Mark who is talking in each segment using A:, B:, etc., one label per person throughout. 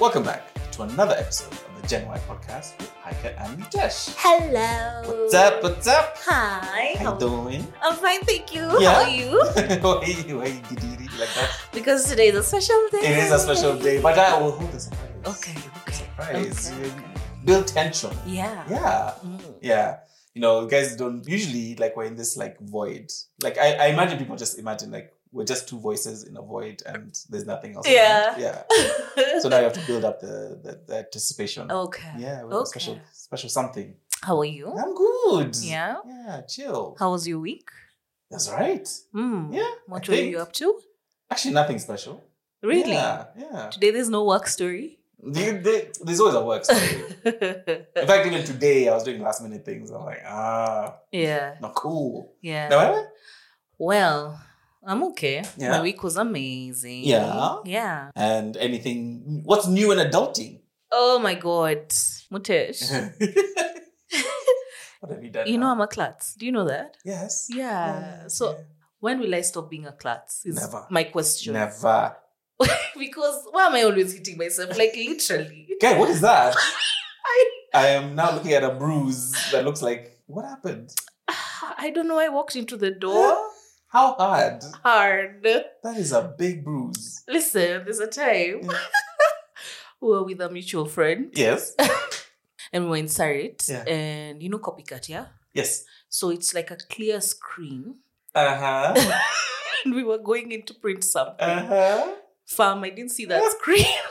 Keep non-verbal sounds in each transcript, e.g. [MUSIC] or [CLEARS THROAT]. A: Welcome back to another episode of the Gen Y podcast with Haika and Nitesh.
B: Hello.
A: What's up? What's up?
B: Hi.
A: How you doing? [LAUGHS]
B: I'm fine, thank you.
A: Yeah.
B: How are you?
A: why you- why you did you like that?
B: Because today is a special day.
A: It is a special day, but I will hold a surprise.
B: Okay. Okay.
A: Surprise.
B: Okay, okay.
A: Build tension.
B: Yeah.
A: Yeah.
B: Mm.
A: Yeah. You know, guys don't usually like we're in this like void. Like I, I imagine people just imagine like we're just two voices in a void and there's nothing else.
B: Yeah.
A: around. Yeah. So now you
B: [LAUGHS]
A: have to build up the the, the anticipation.
B: Mm. okay.
A: Yeah, with a
B: Oh, Okay.
A: special special something.
B: How are you?
A: I'm good.
B: Yeah.
A: Yeah, chill.
B: How was your week?
A: That's right.
B: Mm.
A: Yeah.
B: What
A: I
B: were
A: think.
B: you up to?
A: Actually nothing special.
B: Really?
A: Yeah. Yeah.
B: Today there's no work story. [LAUGHS]
A: The- the- there's always a work story. In fact, even today I was doing last minute things. I'm like, ah,
B: yeah.
A: not cool.
B: Yeah.
A: Now, am I?
B: Well, I'm okay.
A: Yeah.
B: My week was amazing.
A: Yeah.
B: Yeah.
A: and anything what's new in
B: [LAUGHS]
A: adulting
B: Oh my god. Mutesh.
A: what have you done
B: You know
A: now?
B: I'm a klutz. Do you know that?
A: yes
B: Yeah. So when will I stop being a klutz? Is
A: Never.
B: my question.
A: never
B: [LAUGHS] because why am I always hitting myself? Like
A: [LAUGHS]
B: literally.
A: okay what is that
B: [LAUGHS] I
A: i am now looking at a bruise that looks like what happened
B: [SIGHS] I don't know. I walked into the
A: [GASPS]
B: door
A: how hard
B: hard.
A: that is a big bruise
B: Listen, there's a time
A: Yeah.
B: [LAUGHS] we were with a mutual friend
A: yes
B: and we were in Sarit.
A: Yeah.
B: And you know copycat, yeah?
A: yes
B: So it's like a clear screen. [LAUGHS]
A: uh-huh
B: And we were going in to print something.
A: uh-huh
B: Fam, I didn't see that screen. [LAUGHS]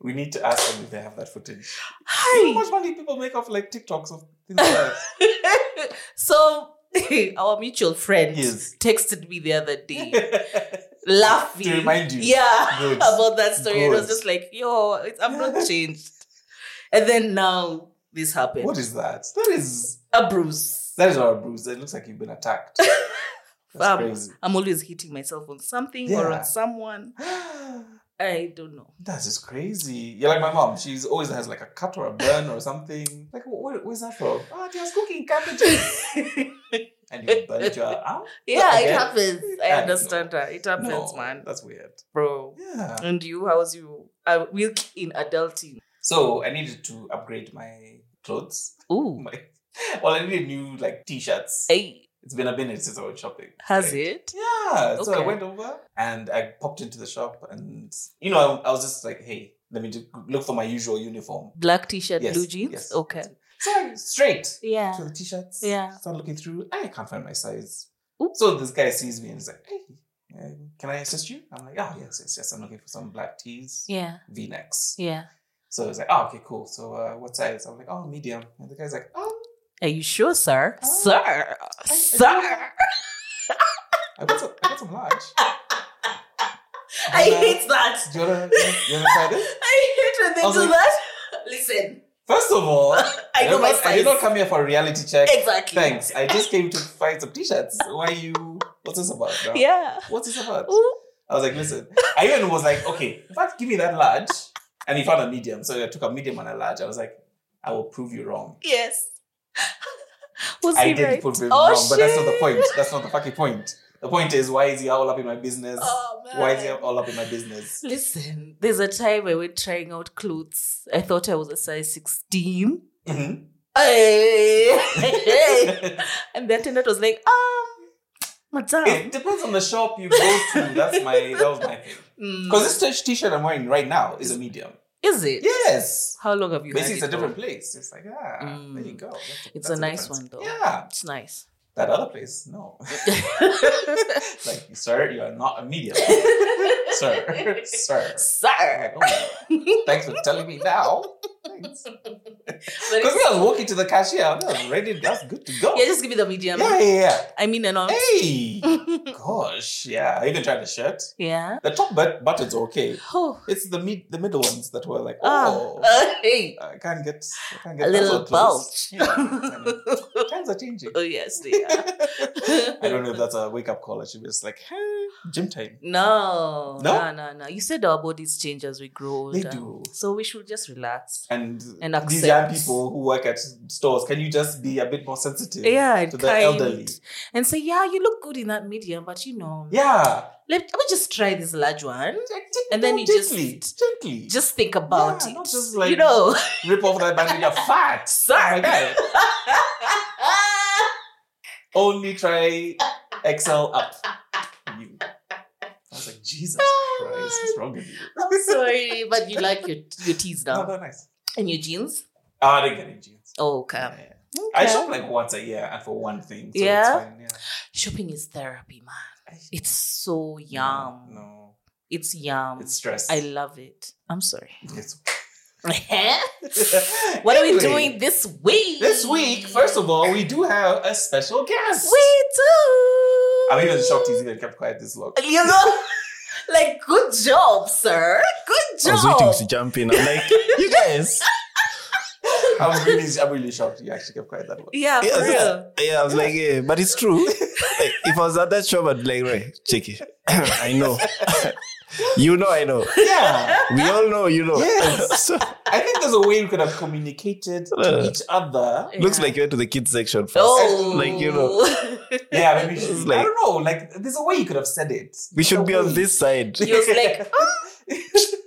A: we need to ask them if they have that footage you know how
B: Hi.
A: much money people make off like tiktoks of things like
B: [LAUGHS]
A: that
B: so [LAUGHS] our mutual friend
A: Yes.
B: texted me the other day laughing.
A: To remind you.
B: Yeah.
A: Good.
B: [LAUGHS] About that story. It was
A: Good.
B: just like, yo, it's,
A: [LAUGHS]
B: I'm not changed. And then now this
A: [LAUGHS]
B: happened.
A: what is that that is
B: a bruise.
A: that is not a bruise it looks like you've been
B: [LAUGHS]
A: attacked that's
B: Um,
A: crazy [GASPS]
B: I'm always hitting myself on something or
A: Yeah.
B: on someone. I don't know.
A: That is crazy. You're like my mom. She's always has like a cut or a burn or something. Like, where, where's that from? Ah, she was cooking cabbages. and you burnt your arm?
B: [LAUGHS] yeah, it
A: Again?
B: happens. I
A: I
B: understand that. Mm. It happens,
A: No,
B: man.
A: that's weird.
B: Bro.
A: Yeah.
B: And you, how's you? A week in adulting.
A: So I needed to upgrade my clothes. [LAUGHS]
B: Ooh.
A: Oh My, well, I needed new like t-shirts.
B: Hey,
A: It's been a minute since I went shopping.
B: has
A: Like,
B: it?
A: Yeah. So I
B: Okay.
A: went over and I popped into the shop and, you know, I, I was just like, hey, let me just look for my usual uniform.
B: Black t shirt,
A: Yes,
B: blue jeans?
A: yes.
B: okay.
A: So I straight.
B: Yeah.
A: to the t-shirts.
B: Yeah.
A: Start looking through. I can't find my size.
B: Oops.
A: So this guy sees me and he's like, "Hey, uh, can I assist you?" I'm like, "Oh yes, yes, yes. I'm looking for some black tees,
B: Yeah.
A: V-necks."
B: Yeah.
A: So he's like, "Oh okay, cool. So uh, what size?" I'm like, "Oh medium." And the guy's like, "Oh,
B: Are you sure, sir?
A: Oh.
B: Sir,
A: I-
B: sir.
A: I got some, I got some large.
B: [LAUGHS] I
A: Wanna-
B: hate that.
A: Do you wanna, you wanna try this?"
B: I hate when they
A: I was
B: do
A: like-
B: that. Listen,
A: First of all,
B: [LAUGHS] I know
A: did
B: my
A: not- I did
B: size.
A: not come here for a reality check.
B: exactly.
A: Thanks. I just came to find some t-shirts. Why you? What's this about? Now?
B: Yeah.
A: What's this about?
B: Ooh.
A: I was like, listen. I even was like, okay, in fact, give me that large. And he found a medium. So I took a medium and a large. I was like, I will prove you wrong.
B: Yes. [LAUGHS] Was
A: I
B: he
A: did
B: right?
A: prove him
B: Oh,
A: wrong, but that's not the
B: shit.
A: point. That's not the fucking point. The point is, why is he all up in my business?
B: Oh, man.
A: why is he all up in my
B: [LAUGHS]
A: business?
B: Listen, there's a time I went trying out clothes. I thought I was a size 16.
A: Mhm.
B: [LAUGHS] Hey. and the attendant was like, um, madam.
A: [LAUGHS] it depends on the shop you go to. That's my that was my thing.
B: mm,
A: Because this t- shirt I'm wearing right now is a medium.
B: is it?
A: Yes.
B: How long have you had
A: Basically, it's a
B: it for?
A: different place. It's like, ah,
B: Mm.
A: there you go. That's
B: It's
A: that's
B: a
A: the
B: nice
A: difference.
B: one, though.
A: Yeah.
B: It's nice.
A: That other place, no. [LAUGHS] like, sir, you are not a
B: [LAUGHS]
A: medium. sir, [LAUGHS] sir. I'm
B: Sir.
A: like, oh, thanks for telling me now. Because
B: [LAUGHS] But
A: when
B: it's-
A: I was walking to the cashier, I was ready. That's good to go.
B: yeah, just give me the medium.
A: yeah, yeah,
B: I mean, and
A: yeah.
B: all.
A: Hey,
B: [LAUGHS]
A: gosh, yeah. I even tried the shirt.
B: yeah.
A: The top but- buttons are okay.
B: Oh.
A: It's the mid, the middle ones that were like,
B: Ah. [LAUGHS]
A: oh,
B: Uh, hey.
A: I can't get, I can't get
B: A
A: that
B: little
A: one close.
B: bulge.
A: Yeah, I mean,
B: [LAUGHS]
A: times are changing. [LAUGHS]
B: oh yes, they are.
A: I don't know if that's a wake up call. I should be just like, hey, Gym time.
B: [LAUGHS] No,
A: No?
B: no, no, no. You said our bodies change as we grow older.
A: They do.
B: So we should just relax.
A: And,
B: And
A: these young
B: accept.
A: people who work at stores, can you just be a bit more sensitive
B: Yeah,
A: to
B: and
A: the
B: kind.
A: elderly?
B: And say, yeah, you look good in that medium, but you know,
A: Yeah.
B: let, let me just try this large one.
A: No,
B: And then you just-
A: gently, gently
B: Just think about
A: Yeah,
B: it.
A: not just like- [LAUGHS]
B: you know, [LAUGHS]
A: rip off that bandage. You're fat. Oh
B: Sorry.
A: My guy. Only try XL up. You. I was like,
B: [LAUGHS]
A: Jesus
B: Oh,
A: Christ, what's wrong with you?
B: [LAUGHS] I'm sorry, but you like your your tees
A: No, [LAUGHS]
B: now
A: they're nice.
B: and your jeans.
A: Oh, I didn't get any jeans.
B: Oh, okay.
A: Yeah, yeah. I
B: Okay.
A: shop like once a year and for one thing. So
B: Yeah?
A: It's fine, yeah.
B: Shopping is therapy, man.
A: I-
B: It's so
A: No,
B: yum.
A: No,
B: It's yum.
A: it's stress.
B: I love it. I'm sorry.
A: [LAUGHS]
B: [LAUGHS]
A: It's- [LAUGHS]
B: What are we
A: Anyway,
B: doing this week?
A: This week, first of all, we do have a special guest.
B: we do.
A: I'm even shocked he's even kept quiet this long.
B: [LAUGHS] You know, [LAUGHS] like good job, sir. Good
C: I
B: job.
C: was waiting to jump in. I'm like, you
B: [LAUGHS]
C: guys.
A: I'm really, I'm really shocked he actually kept quiet that
B: [LAUGHS]
A: long.
B: yeah, for
C: Yeah, I was like-
B: real.
C: yeah, I was like, yeah, but it's true. [LAUGHS] Like, if I was at that shop, I'd be like, right, check it. [LAUGHS] I know. you know, I know.
A: Yeah,
B: [LAUGHS]
C: We all know, you know.
A: Yes.
C: so, Uh.
A: I think there's a way we could have communicated to each other.
C: Looks
B: Yeah.
C: like you went to the kids section first.
B: Oh,
C: Like, you know.
A: Yeah, maybe we
C: It's
A: should,
C: like-
A: I don't know. Like, there's a way you could have said it.
C: We should
A: There's a
C: be on
A: way.
C: this side.
B: [LAUGHS] He was like, "Oh,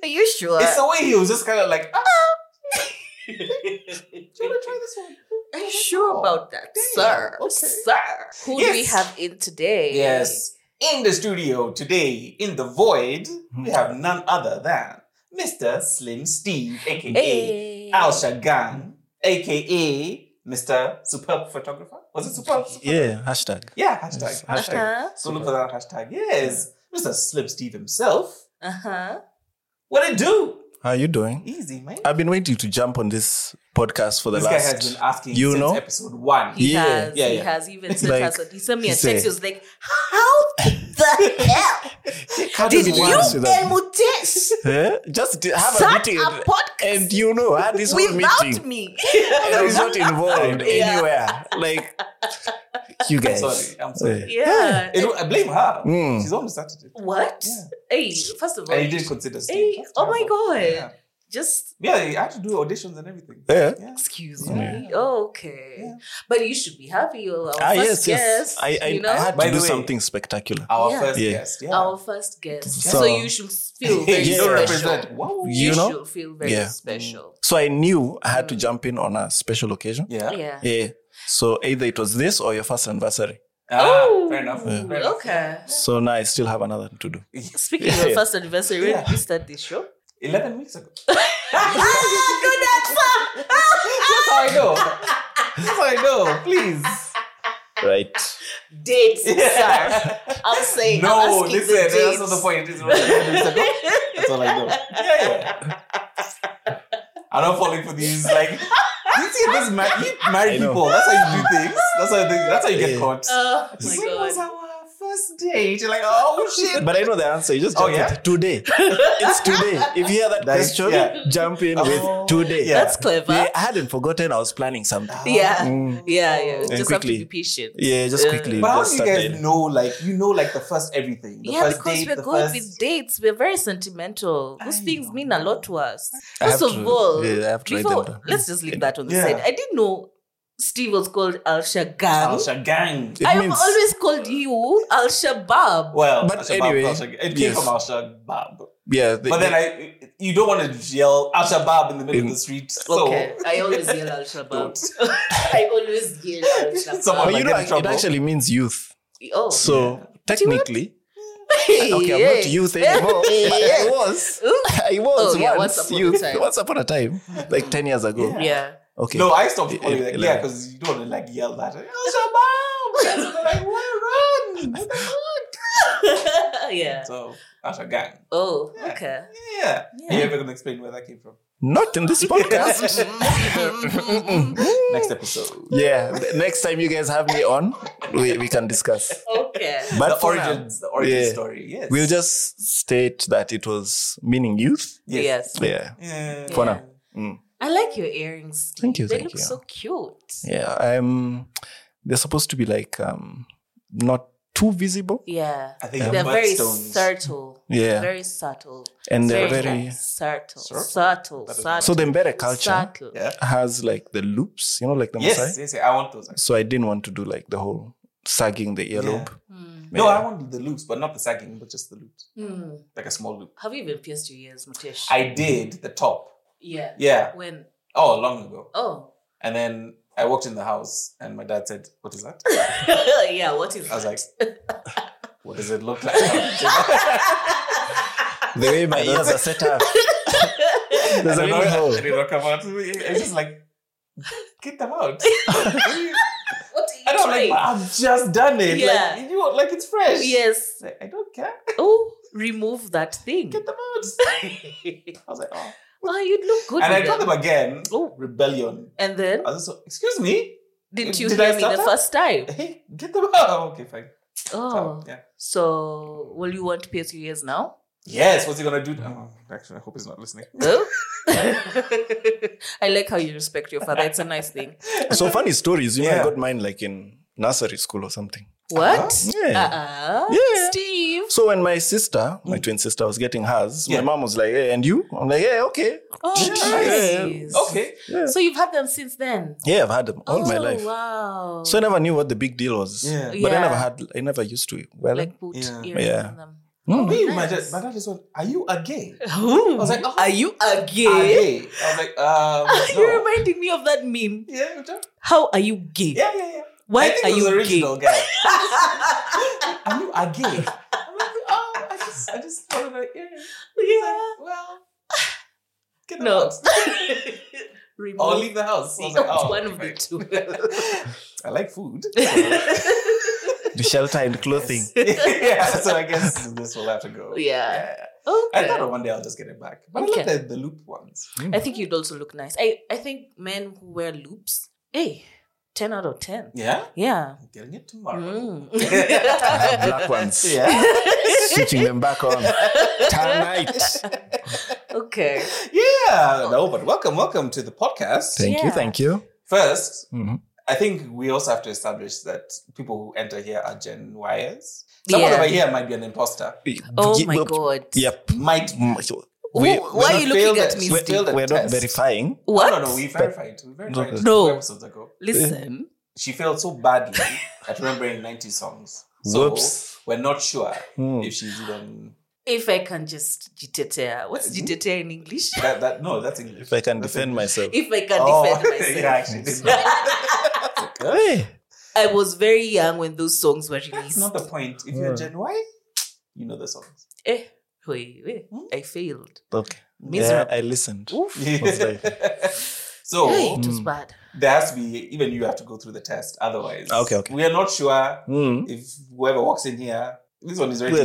B: "Are you sure?"
A: It's the way he was just kind of
B: [LAUGHS]
A: like, ah. [LAUGHS] Do you want to try this one?
B: Are you sure about that,
A: Damn,
B: sir?
A: okay.
B: Sir, who do we
A: Yes.
B: have in today?
A: Yes. In the studio today, in the void,
B: Hmm.
A: we have none other than Mr. Slim Steve, aka
B: Hey.
A: Al Shagan, aka Mr. Superb Photographer. Was it Superb?
C: [LAUGHS] Yeah, hashtag.
A: Yeah, hashtag.
C: Yes. Hashtag.
B: Uh-huh.
A: So look for that hashtag. Yes. Mr. Slim Steve himself.
B: Uh-huh.
A: What it do?
C: How are you doing?
A: Easy, man.
C: I've been waiting to jump on this podcast for the
A: This guy
C: last.
A: has been asking
C: you
A: since
C: know?
A: episode one.
B: He
C: Yeah.
B: has.
A: Yeah,
B: he
A: yeah.
B: has even sent
C: Like,
B: us. A, he sent me a
C: he
B: text.
C: said-
B: he was like, "How the hell
C: [LAUGHS]
A: How
B: did
A: does
B: you
A: one-
C: works with that?
B: Elmutesh
C: Huh? Eh? Just have
B: start
C: a meeting.
B: a podcast
C: and you know, I had this whole
B: without
C: meeting.
B: me?"
C: I
B: [LAUGHS]
C: was not involved
B: Yeah.
C: anywhere. Like you
A: [LAUGHS] I'm
C: guys.
A: sorry. I'm sorry.
B: Yeah.
A: It, I blame her.
C: Mm.
A: She's almost started it.
B: What?
A: Yeah.
B: Hey, first of all,
A: And you didn't consider Steve.
B: Hey,
A: That's
B: oh my
A: terrible.
B: God.
A: Yeah.
B: just
A: Yeah, I had to do auditions and everything.
C: Yeah.
A: Yeah.
B: excuse
C: Yeah.
B: me. Oh, okay,
A: Yeah.
B: but you should be happy. You're Our
C: Ah yes,
B: first
C: yes.
B: guest,
C: I I,
B: you know?
C: I had
A: By
C: to
A: the
C: do
A: way-
C: something spectacular.
A: Our
B: Yeah.
A: first
C: Yeah.
A: guest. Yeah.
C: [LAUGHS]
B: our first guest.
C: So-
B: So, you should
C: [LAUGHS]
B: feel very
C: Yeah.
A: You
B: special.
A: represent. Wow.
C: You know?
B: should feel very
C: Yeah.
B: special.
C: So I knew I had to
B: Mm.
C: jump in on a special occasion.
A: Yeah.
B: Yeah.
C: Yeah. So either it was this or your first anniversary.
A: Ah, fair enough.
C: Yeah.
A: Fair enough.
B: Oh. Okay.
C: So now I still have another to do.
B: Speaking
C: Yeah.
B: of first anniversary, when
A: Yeah.
B: did we start this
C: [LAUGHS]
B: show?
A: 11 weeks
B: [LAUGHS]
A: ago.
B: ah, good answer.
A: That's how I know. That's how I know. Please.
C: Right.
B: Dates, sir. I'm saying. I'm
A: no,
B: asking
A: listen,
B: the
A: that's
B: dates.
A: not the
B: [LAUGHS]
A: point. It's not 11 weeks ago. That's all I know. Yeah, yeah. I'm not falling for these. Like, [LAUGHS] you see, this ma- you married
C: I know.
A: people. That's how you do things. That's how, they, that's how you get
C: Yeah.
A: caught.
B: Oh
A: When
B: my god.
A: was our first date? You're like, oh shit.
C: But I know the answer. You just
A: Oh,
C: jump in.
A: yeah?
C: today. it's today. If you hear that
A: That is-
C: question,
A: yeah.
C: jump in
A: Oh,
C: with today.
A: yeah.
B: That's clever.
C: Yeah, I hadn't forgotten I was planning something.
B: Yeah.
C: Mm.
B: Yeah, yeah.
C: And
B: Just
C: quickly.
B: have to be patient.
C: Yeah, just
B: Yeah.
C: quickly.
A: But how
C: just
A: do you
C: start
A: guys
C: there.
A: know, like, you know, like the first everything? The
B: yeah,
A: first
B: because
A: date,
B: we're
A: the
B: good
A: first...
B: with dates. We're very sentimental. Those
A: I
B: things
A: know. uh,
B: mean a lot to us.
C: I have
B: First of
C: to-
B: all,
C: yeah, I have to write them
B: before,
C: down.
B: let's just leave that on the
A: Yeah.
B: side. I didn't know Steve was called Al
A: Al
B: Shagan.
A: Shagang.
C: It
B: I have
C: means-
B: always called you Al Shabab.
A: Well,
C: But
A: Al Shabab,
C: anyway,
A: Al Shag- it came
C: yes.
A: from Al Shabab.
C: Yeah, the-
A: But then
C: the-
A: I, you don't want to yell Al Shabab in the middle
C: In-
A: of the street. So
B: Okay, I always yell
A: [LAUGHS]
B: Al Shabab.
A: Don't.
B: [LAUGHS] I always yell
A: [LAUGHS]
B: Al Shabab.
A: Someone-
C: but
A: might
C: you
A: get
C: know,
A: in
C: it
A: trouble.
C: actually means youth.
A: [LAUGHS]
B: oh,
C: So technically, okay, I'm not
B: [LAUGHS]
C: youth
B: Yeah.
C: anymore. but
A: [LAUGHS]
C: I was,
B: Ooh.
C: I was
B: Oh, yeah,
C: once,
B: once upon a
C: youth.
B: time.
C: Once upon a time, like ten years ago.
A: Yeah.
B: Yeah. [LAUGHS]
C: Okay.
A: no, I stopped
C: It-
A: calling
C: it-
A: like,
C: it-
A: yeah, because you don't want to like yell that. [LAUGHS] Al Shabab! So they're like, [LAUGHS] "Where, run!
B: yeah.
A: So, Al Shagang.
B: Oh,
A: Yeah.
B: okay.
A: Yeah.
B: Yeah.
A: Are you ever going to explain where that came from?
C: Not in
B: [LAUGHS]
C: this podcast. [LAUGHS]
A: Next episode.
C: yeah. the next time you guys have me on, we, we can discuss.
B: okay.
C: But
A: the
C: for now,
A: origins, the origin
C: Yeah.
A: story. Yes.
C: we'll just state that it was meaning youth.
A: Yes.
B: Yes.
C: Yeah.
A: Yeah.
C: For
B: Yeah.
C: now. Mm.
B: I like your earrings.
C: Thank you,
B: They
C: thank
B: look
C: you.
B: so cute.
C: Yeah. I'm. They're supposed to be like um, not too visible.
B: Yeah.
A: I think
B: They're
A: the
B: very
A: birthstones-
B: subtle.
C: Yeah.
B: Very subtle.
C: And they're
B: very,
C: very-
B: like, subtle.
A: Subtle?
B: Subtle.
A: That is-
B: Subtle.
C: So the Mbere culture
B: Subtle.
A: Yeah.
C: has like the loops, you know, like the
A: Yes,
C: Maasai.
A: yes, yes. I want those. actually.
C: So I didn't want to do like the whole sagging the earlobe.
B: Mm.
A: No,
C: Yeah.
A: I want the loops, but not the sagging, but just the loops,
B: Mm.
A: like a small loop.
B: Have you been pierced your ears, Mutesh?
C: Mm-hmm.
A: I did the top.
B: yeah.
A: Yeah.
B: When?
A: Oh, long ago.
B: Oh. [LAUGHS]
A: And then I walked in the house, and my dad said, "What is that?"
B: yeah. What is
A: I was
B: [LAUGHS] that?
A: like, oh, "What does it look like?" I
C: The way
A: [LAUGHS]
C: my ears [LAUGHS] are set up. There's a
A: don't know.
C: little hole.
A: I did not come out. It's just like, get them
B: [LAUGHS]
A: out.
B: [LAUGHS] what are you
A: I don't like.
B: trying?
A: I've just done it.
B: Yeah.
A: Like, you know, like it's fresh.
B: yes.
A: Like, I don't care.
B: Oh, remove that thing.
A: Get them [LAUGHS] out. I was like, oh.
B: oh, you'd look good.
A: And I
B: with
A: told
B: them.
A: them again.
B: Oh.
A: Rebellion.
B: And then,
A: I was just so, excuse me.
B: didn't you
A: did I
B: hear me
A: start
B: the
A: that?
B: first time?
A: Hey, get them out. Oh, okay, fine.
B: Oh,
A: So, yeah.
B: so will you want to pierce your ears now?
A: Yes. What's he gonna do? Oh, actually, I hope he's not listening.
B: [LAUGHS] Oh. I like how you respect your father. It's a nice
A: [LAUGHS]
B: thing.
C: So funny stories, you know,
A: Yeah.
C: I got mine like in nursery school or something.
A: Oh,
B: What?
C: Yeah.
B: Uh-uh.
C: Yeah.
B: Steve.
C: So when my sister, my twin sister, was getting hers,
A: Mm. Yeah.
C: my mom was like, "Hey, and you?" I'm like, "Yeah, okay."
B: Oh,
A: Yeah.
B: nice.
A: Okay.
C: Yeah,
B: So you've had them since then?
C: yeah I've had them all my
B: Oh,
C: life.
B: wow.
C: So I never knew what the big deal was.
A: Yeah.
C: But I never
B: Yeah.
C: had, I never used to wear them.
B: like boot
A: Yeah.
B: earrings
C: Yeah.
B: on them. [LAUGHS]
C: Mm.
A: Me, my
B: Oh, nice.
A: dad, my dad just went, Are you a gay?
B: I
A: was like, oh.
B: are you a
A: Are
B: [LAUGHS] gay?
A: gay? I was like,
B: [LAUGHS]
A: um,
B: You're
A: no.
B: reminding me of that meme.
A: yeah, you don't-
B: How are you gay?
A: yeah, yeah, yeah. I
B: Why
A: think
B: are
A: it was
B: you
A: the
B: gay?
A: original
B: [LAUGHS]
A: [LAUGHS] guy. Are you a gay? I'm like, oh, I just, I just wanted to hear it. He's like,
B: yeah. [LAUGHS]
A: well, get
B: No.
A: out.
B: [LAUGHS] Remove
A: Or leave the house. I
B: [LAUGHS]
A: was like, oh,
B: one
A: okay,
B: of the
A: fine.
B: two.
A: [LAUGHS] I like
B: [LAUGHS]
A: food.
C: The shelter and clothing.
A: [LAUGHS] yeah, so I guess this will have to go.
B: Yeah.
A: yeah. I
B: okay.
A: thought one day I'll just get it back. But I
B: Okay.
A: like the, the loop ones.
B: I think you'd also look nice. I, I think men who wear loops, hey, 10 out of 10.
A: Yeah?
B: Yeah.
A: I'm getting it tomorrow.
B: Mm.
A: [LAUGHS]
C: I have
B: [LAUGHS]
C: black ones.
A: Yeah.
C: Switching them back on tonight.
B: okay.
A: Yeah. No, but welcome, welcome to the podcast.
C: Thank you,
B: Yeah.
C: thank you.
A: First,
C: Mhm.
A: I think we also have to establish that people who enter here are Gen Yers. Someone
B: Yeah.
A: over here might be an imposter.
B: Oh
C: Ye-
B: my
C: well,
B: God.
C: Yep.
A: Might
C: Mm, so
B: Who-
C: We,
B: why are
A: not
B: you looking
A: failed
B: at
A: it.
B: me,
A: We-
B: Steve?
A: failed
C: we're,
A: the
C: we're not
A: test.
C: verifying.
B: What?
A: No, no, no, we verified. We verified
C: No.
A: two episodes ago.
B: Listen.
A: She failed so badly at remembering 90 songs. So
C: Whoops.
A: we're not sure
C: Mm.
A: if she's even
B: If I can just jitetea.
A: Uh,
B: What's jitetea in English?
A: that, that no, that's English.
C: If I can
A: That's
C: defend
A: English.
C: myself.
B: If I can
A: Oh,
B: [LAUGHS]
A: [LAUGHS]
B: defend
A: yeah,
B: myself.
A: actually. did
B: [LAUGHS]
A: not.
C: Hey.
B: I was very young when those songs were
A: That's
B: released.
A: not the point. If you're
C: Yeah.
A: Gen Y, you know the songs.
B: Eh, wait, wait.
A: Hmm?
B: I failed.
C: Okay. Yeah,
B: Miserable.
C: [LAUGHS] I listened.
B: Oof.
C: was like-
A: [LAUGHS] so
B: Hey, it was
C: Mm.
B: bad.
A: there has to be even you have to go through the test. Otherwise,
C: Okay, okay.
A: We are not sure
C: Mm.
A: if whoever walks in here, this one is already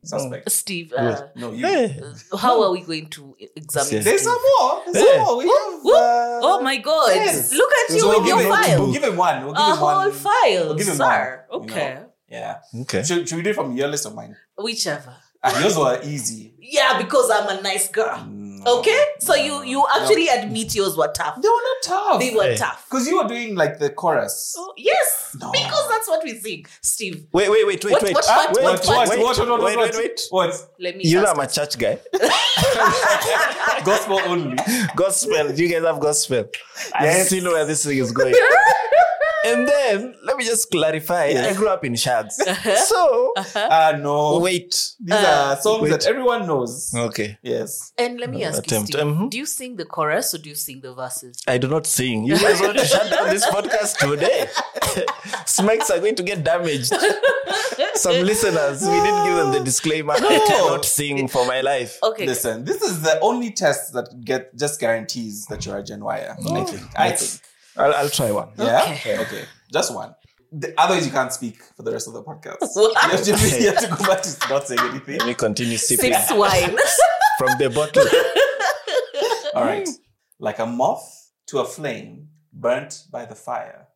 C: Yes.
A: suspect.
B: Steve, uh,
A: No, you.
C: Hey.
B: how are we going to examine
C: Yes.
A: There's
B: Steve?
A: some more. There's
C: Hey.
A: some more. We have.
B: whoop.
A: Uh,
B: Oh my god.
A: Yes.
B: Look at you
A: so
B: with
A: we'll
B: your
A: give him- We'll
B: file.
A: give him one. We'll give
B: A
A: him one.
B: whole file,
A: give him
B: sir.
A: one, you
B: okay.
A: Yeah.
C: Okay.
A: Should, should we do it from your list or mine?
B: Whichever.
A: Ah, Yours were easy. Ah,
B: Yeah, because I'm a nice girl.
A: No.
B: Okay? So
A: No.
B: you you actually admit yours were tough.
A: No. They were not tough.
B: They were
C: Hey.
B: tough.
A: Because you were doing like the chorus.
B: Oh, yes.
A: No.
B: Because that's what we think. Steve,
C: Wait, wait, wait, wait,
B: What-
C: wait.
B: what
C: Ah,
B: part-
C: wait,
B: what
C: wait,
B: part-
C: wait,
A: what, what, what,
C: wait,
A: what,
C: wait, wait.
A: what?
B: [LAUGHS] let me
C: You know
B: ask-
C: I'm a church guy. [LAUGHS]
A: Gospel only.
C: gospel. You guys have gospel. I
A: Yes.
C: still know where this thing is [LAUGHS] going. and then let me just clarify.
A: Yes.
C: I grew up in Shags. So
A: Ah, no.
C: Oh, wait.
A: These
B: Uh,
A: are songs
C: wait. Oh.
A: that everyone knows.
C: Okay.
A: Yes.
B: And let me ask you,
C: Attempt.
B: Steve,
C: Mhm.
B: do you sing the chorus or do you sing the verses?
C: I do not sing. You guys want to shut down this podcast today. Smacks are going to get damaged.
B: [LAUGHS]
C: Some listeners, we didn't give them the disclaimer. I cannot sing for my life.
B: Okay.
A: Listen, this is the only test that get just guarantees that you're a Gen Yer.
B: Oh.
A: I think. I think.
C: I'll, I'll try one.
A: Yeah?
B: Okay.
A: Oh. Okay. Just one. The- otherwise, you can't speak for the rest of the podcast.
B: [LAUGHS] What?
A: You have, to, you have to go back to not saying anything.
B: [LAUGHS]
C: Let me continue sipping
B: Six wine.
C: from the bottle.
A: All right. Like a moth to a flame burnt by the fire.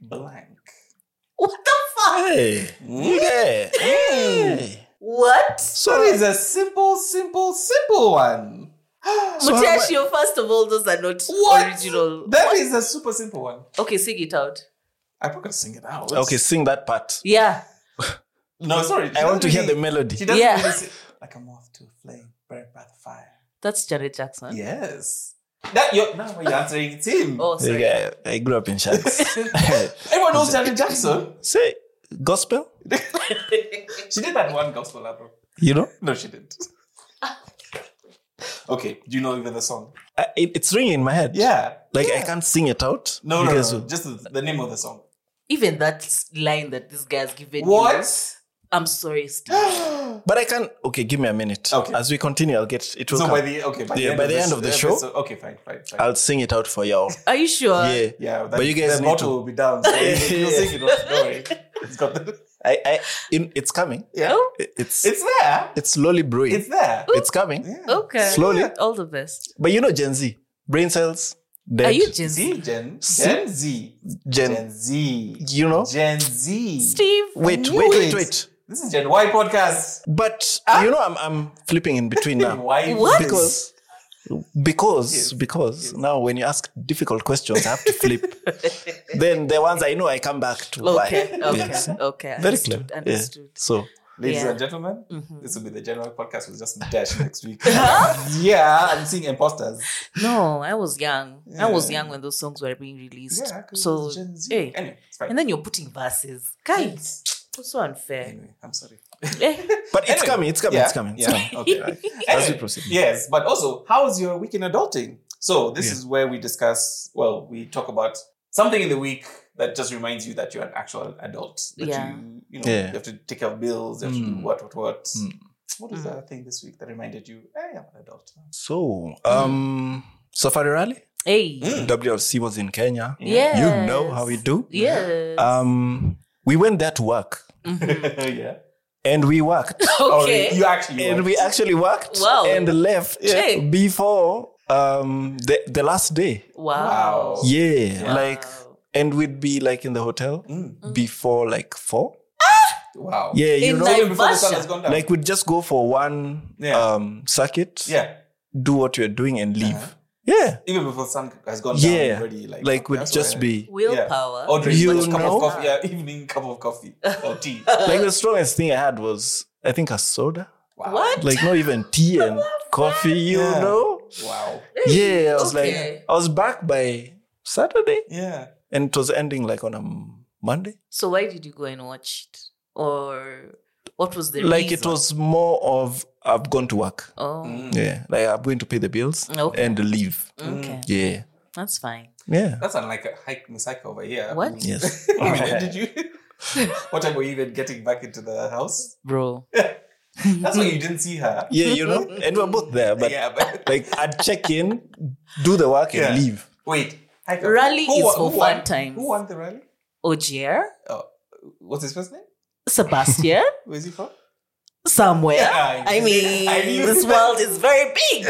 A: Blank.
B: [LAUGHS] what the fuck?
C: Hey.
B: Hmm?
A: Mm.
C: Yeah. Hey.
B: What?
A: So it's a simple, simple, simple one.
C: So how
B: Mutesh,
C: about-
B: your first of all, those are not
A: What?
B: original.
A: That is a super simple one.
B: Okay, sing it out.
A: I probably could sing it out.
C: Okay, sing that part.
B: Yeah.
A: No, sorry.
C: I want to hear the
A: She
C: melody.
A: doesn't
B: Yeah.
A: really sing. Like a moth to a flame, burned by the fire.
B: That's Janet Jackson.
A: Yes. That you're now you're answering it's him. [LAUGHS]
B: Oh, sorry.
C: Yeah, I grew up in Shanks.
A: Everyone knows Janet Jackson.
C: [LAUGHS] Say gospel,
A: She did that one gospel album.
C: you know?
A: No, she didn't. Okay, do you know even the song?
C: I, it, it's ringing in my head.
A: Yeah.
C: Like I can't sing it out.
A: No, no,
C: because
A: no. Just the, the name of the song.
B: [LAUGHS] Even that s- line that this guy's given you.
A: [GASPS] What?
B: I'm sorry, Steve.
A: so
C: But I can. Okay, give me a minute.
A: Okay.
C: As we continue, I'll get it. Will come.
A: by the okay by the
C: Yeah,
A: end
C: by
A: of
C: the end of the show-
A: episode- Okay, fine, fine, fine.
C: I'll sing it out
A: [LAUGHS]
C: for y'all.
B: Are you sure?
C: yeah.
A: yeah, that,
C: But you guys
A: the
C: need
A: bottle
C: to-
A: will be down. So you you sing it. Don't
C: [LAUGHS]
A: worry. It's got the
C: I, I, in, it's coming.
A: yeah.
B: Oh,
C: It- It's, it's,
A: It's there.
C: slowly brewing.
A: It's there.
C: it's coming.
A: Yeah.
B: okay.
C: Slowly.
B: All the best.
C: But you know Gen Z, brain cells, dead.
B: Are you Gen Z?
A: See, Gen
C: See?
A: Gen Z.
C: Gen,
A: Gen Z.
C: You know?
A: Gen Z.
B: Steve.
C: Wait,
A: knew
C: wait, wait,
A: it.
C: wait.
A: This is Gen Y podcast.
C: But
A: Ah.
C: you know, I'm, I'm flipping in
A: [LAUGHS]
C: between now
A: Why?
B: What?
C: because because
A: Yes,
C: because
A: yes.
C: now when you ask difficult questions, I have
A: [LAUGHS]
C: to flip. then the ones I know, I come back to. Why?
B: [LAUGHS] Okay. Okay.
C: Yes.
A: [LAUGHS]
B: Okay.
C: Very
B: Understood,
C: clear.
B: Understood.
C: So
A: Ladies
B: Yeah.
A: and gentlemen,
B: Mhm.
A: this will be the Gen Y podcast with just Dash next
B: [LAUGHS]
A: week. yeah, I'm seeing imposters.
B: No, I was young. I was
A: Yeah.
B: young when those songs were being released.
A: Yeah, 'cause
B: so,
A: it's Gen Z.
B: hey.
A: Anyway, it's fine.
B: and then you're putting verses. Guys, it's so unfair.
A: [LAUGHS] Anyway, I'm sorry.
B: Eh,
C: But it's
A: Anyway,
C: coming, it's coming,
A: yeah,
C: it's coming. It's
A: yeah,
C: coming.
A: okay,
B: [LAUGHS]
A: right.
C: As we
A: Anyway,
C: proceed.
A: Yes, but also, how's your week in adulting? So this
C: Yeah.
A: is where we discuss. Well, we talk about something in the week that just reminds you that you're an actual adult. That
B: Yeah.
A: you, you know,
C: Yeah.
A: you have to take care of bills. You have to do
C: Mm.
A: what, what, what.
C: Mm.
A: What is
B: Mm.
A: the other thing this week that reminded you? Hey, I'm an adult.
C: So um Safari Rally,
B: hey.
A: Mm.
C: WRC was in Kenya.
B: Yes.
C: You know how we do.
B: Yes.
C: Um we went there to work [LAUGHS]
B: Mhm.
A: [LAUGHS] yeah.
C: and we worked.
A: Or
B: okay.
A: you actually.
C: and
A: worked.
C: we actually worked
B: Wow.
C: and left
B: Hey.
C: before um the, the last day.
B: wow.
A: Wow.
C: Yeah.
B: Wow.
C: Like and we'd be like in the hotel
A: Mm.
C: before like four.
A: Wow.
C: Yeah, you
B: In
C: know.
B: Nai-
A: Even before the sun
B: Naivasha.
A: has gone down.
C: Like we'd just go for one
A: Yeah.
C: um circuit,
A: yeah.
C: do what you're doing and leave.
A: Uh-huh.
C: Yeah.
A: Even before the sun has gone down.
C: Yeah.
A: Already, like
C: Like we'd
A: that's
C: just
A: why-
C: be
B: Willpower.
A: Or drink
C: You
A: like a cup
C: know?
A: of coffee. Yeah, evening cup of coffee or tea.
C: like the strongest thing I had was I think a soda.
A: Wow.
B: [LAUGHS] What?
C: Like not even tea and coffee, you
A: Yeah.
C: know?
A: Wow.
B: Hey,
C: Yeah, I was
B: okay.
C: like I was back by Saturday
A: Yeah.
C: and it was ending like on a m- Monday.
B: So why did you go and watch it? Or what was the
C: like it
B: reason?
C: was more of I've gone to work.
B: Oh,
A: Mm.
C: Yeah. Like I'm going to pay the bills
B: Okay.
C: and leave.
B: okay.
C: Yeah.
B: That's fine.
C: Yeah.
A: That's unlike a hike Miss Hike over here. Mm.
B: What?
A: [LAUGHS]
C: Yes.
A: I mean, did you? what time were you even getting back into the house?
B: [LAUGHS] Bro.
A: That's why you didn't see her.
C: Yeah, you know? And we're both there, but
A: yeah, but [LAUGHS]
C: like I'd check in, do the work
A: Yeah.
C: and leave.
A: wait. Hike
B: Rally is
A: wa-
B: for
A: won-
B: fun times.
A: Who won the rally?
B: Ogier,
A: What's his first name?
C: [LAUGHS]
B: Sebastian,
A: Where is he from?
B: somewhere.
A: Yeah, I
B: I mean,
A: I knew-
B: this world is very big.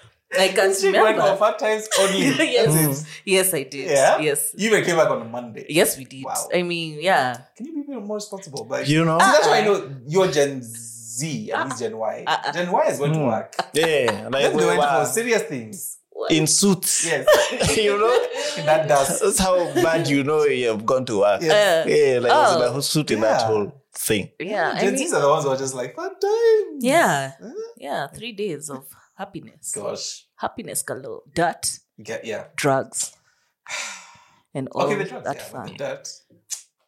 C: [LAUGHS]
B: I can't
A: She went for
B: remember.
A: fun times only.
B: [LAUGHS] Yes.
A: That's it.
B: Yes, I did.
A: Yeah?
B: Yes.
A: You even came back on a Monday.
B: Yes, we did.
A: Wow.
B: I mean, yeah.
A: Can you be a bit more responsible? Like, ah!
C: You know?
A: See, that's why I
B: Uh-uh.
A: know you're Gen Z and he's Gen Y.
B: Ah, ah.
A: Gen Y is going to
C: Hmm.
A: work.
C: Yeah.
A: Then
C: Like
A: they
C: we
A: went for
C: were
A: serious things.
C: in suits.
A: Yes,
C: [LAUGHS] you know?
A: in that dust.
C: That's how bad you know you've gone to work.
A: Yeah.
B: Uh,
C: Yeah, like I was in a
B: Oh.
C: whole suit in that
A: Yeah.
C: whole thing.
B: [LAUGHS] yeah. I
A: Gen
B: mean,
A: Zs Mm-hmm. are the ones who are just like, fun times.
B: yeah.
A: Huh?
B: Yeah. Three days of happiness.
A: Gosh.
B: Happiness galore. Dirt,
A: Yeah, yeah.
B: drugs, [SIGHS] and all
A: okay, the drugs,
B: that
A: yeah, but
B: fun.
A: the dirt.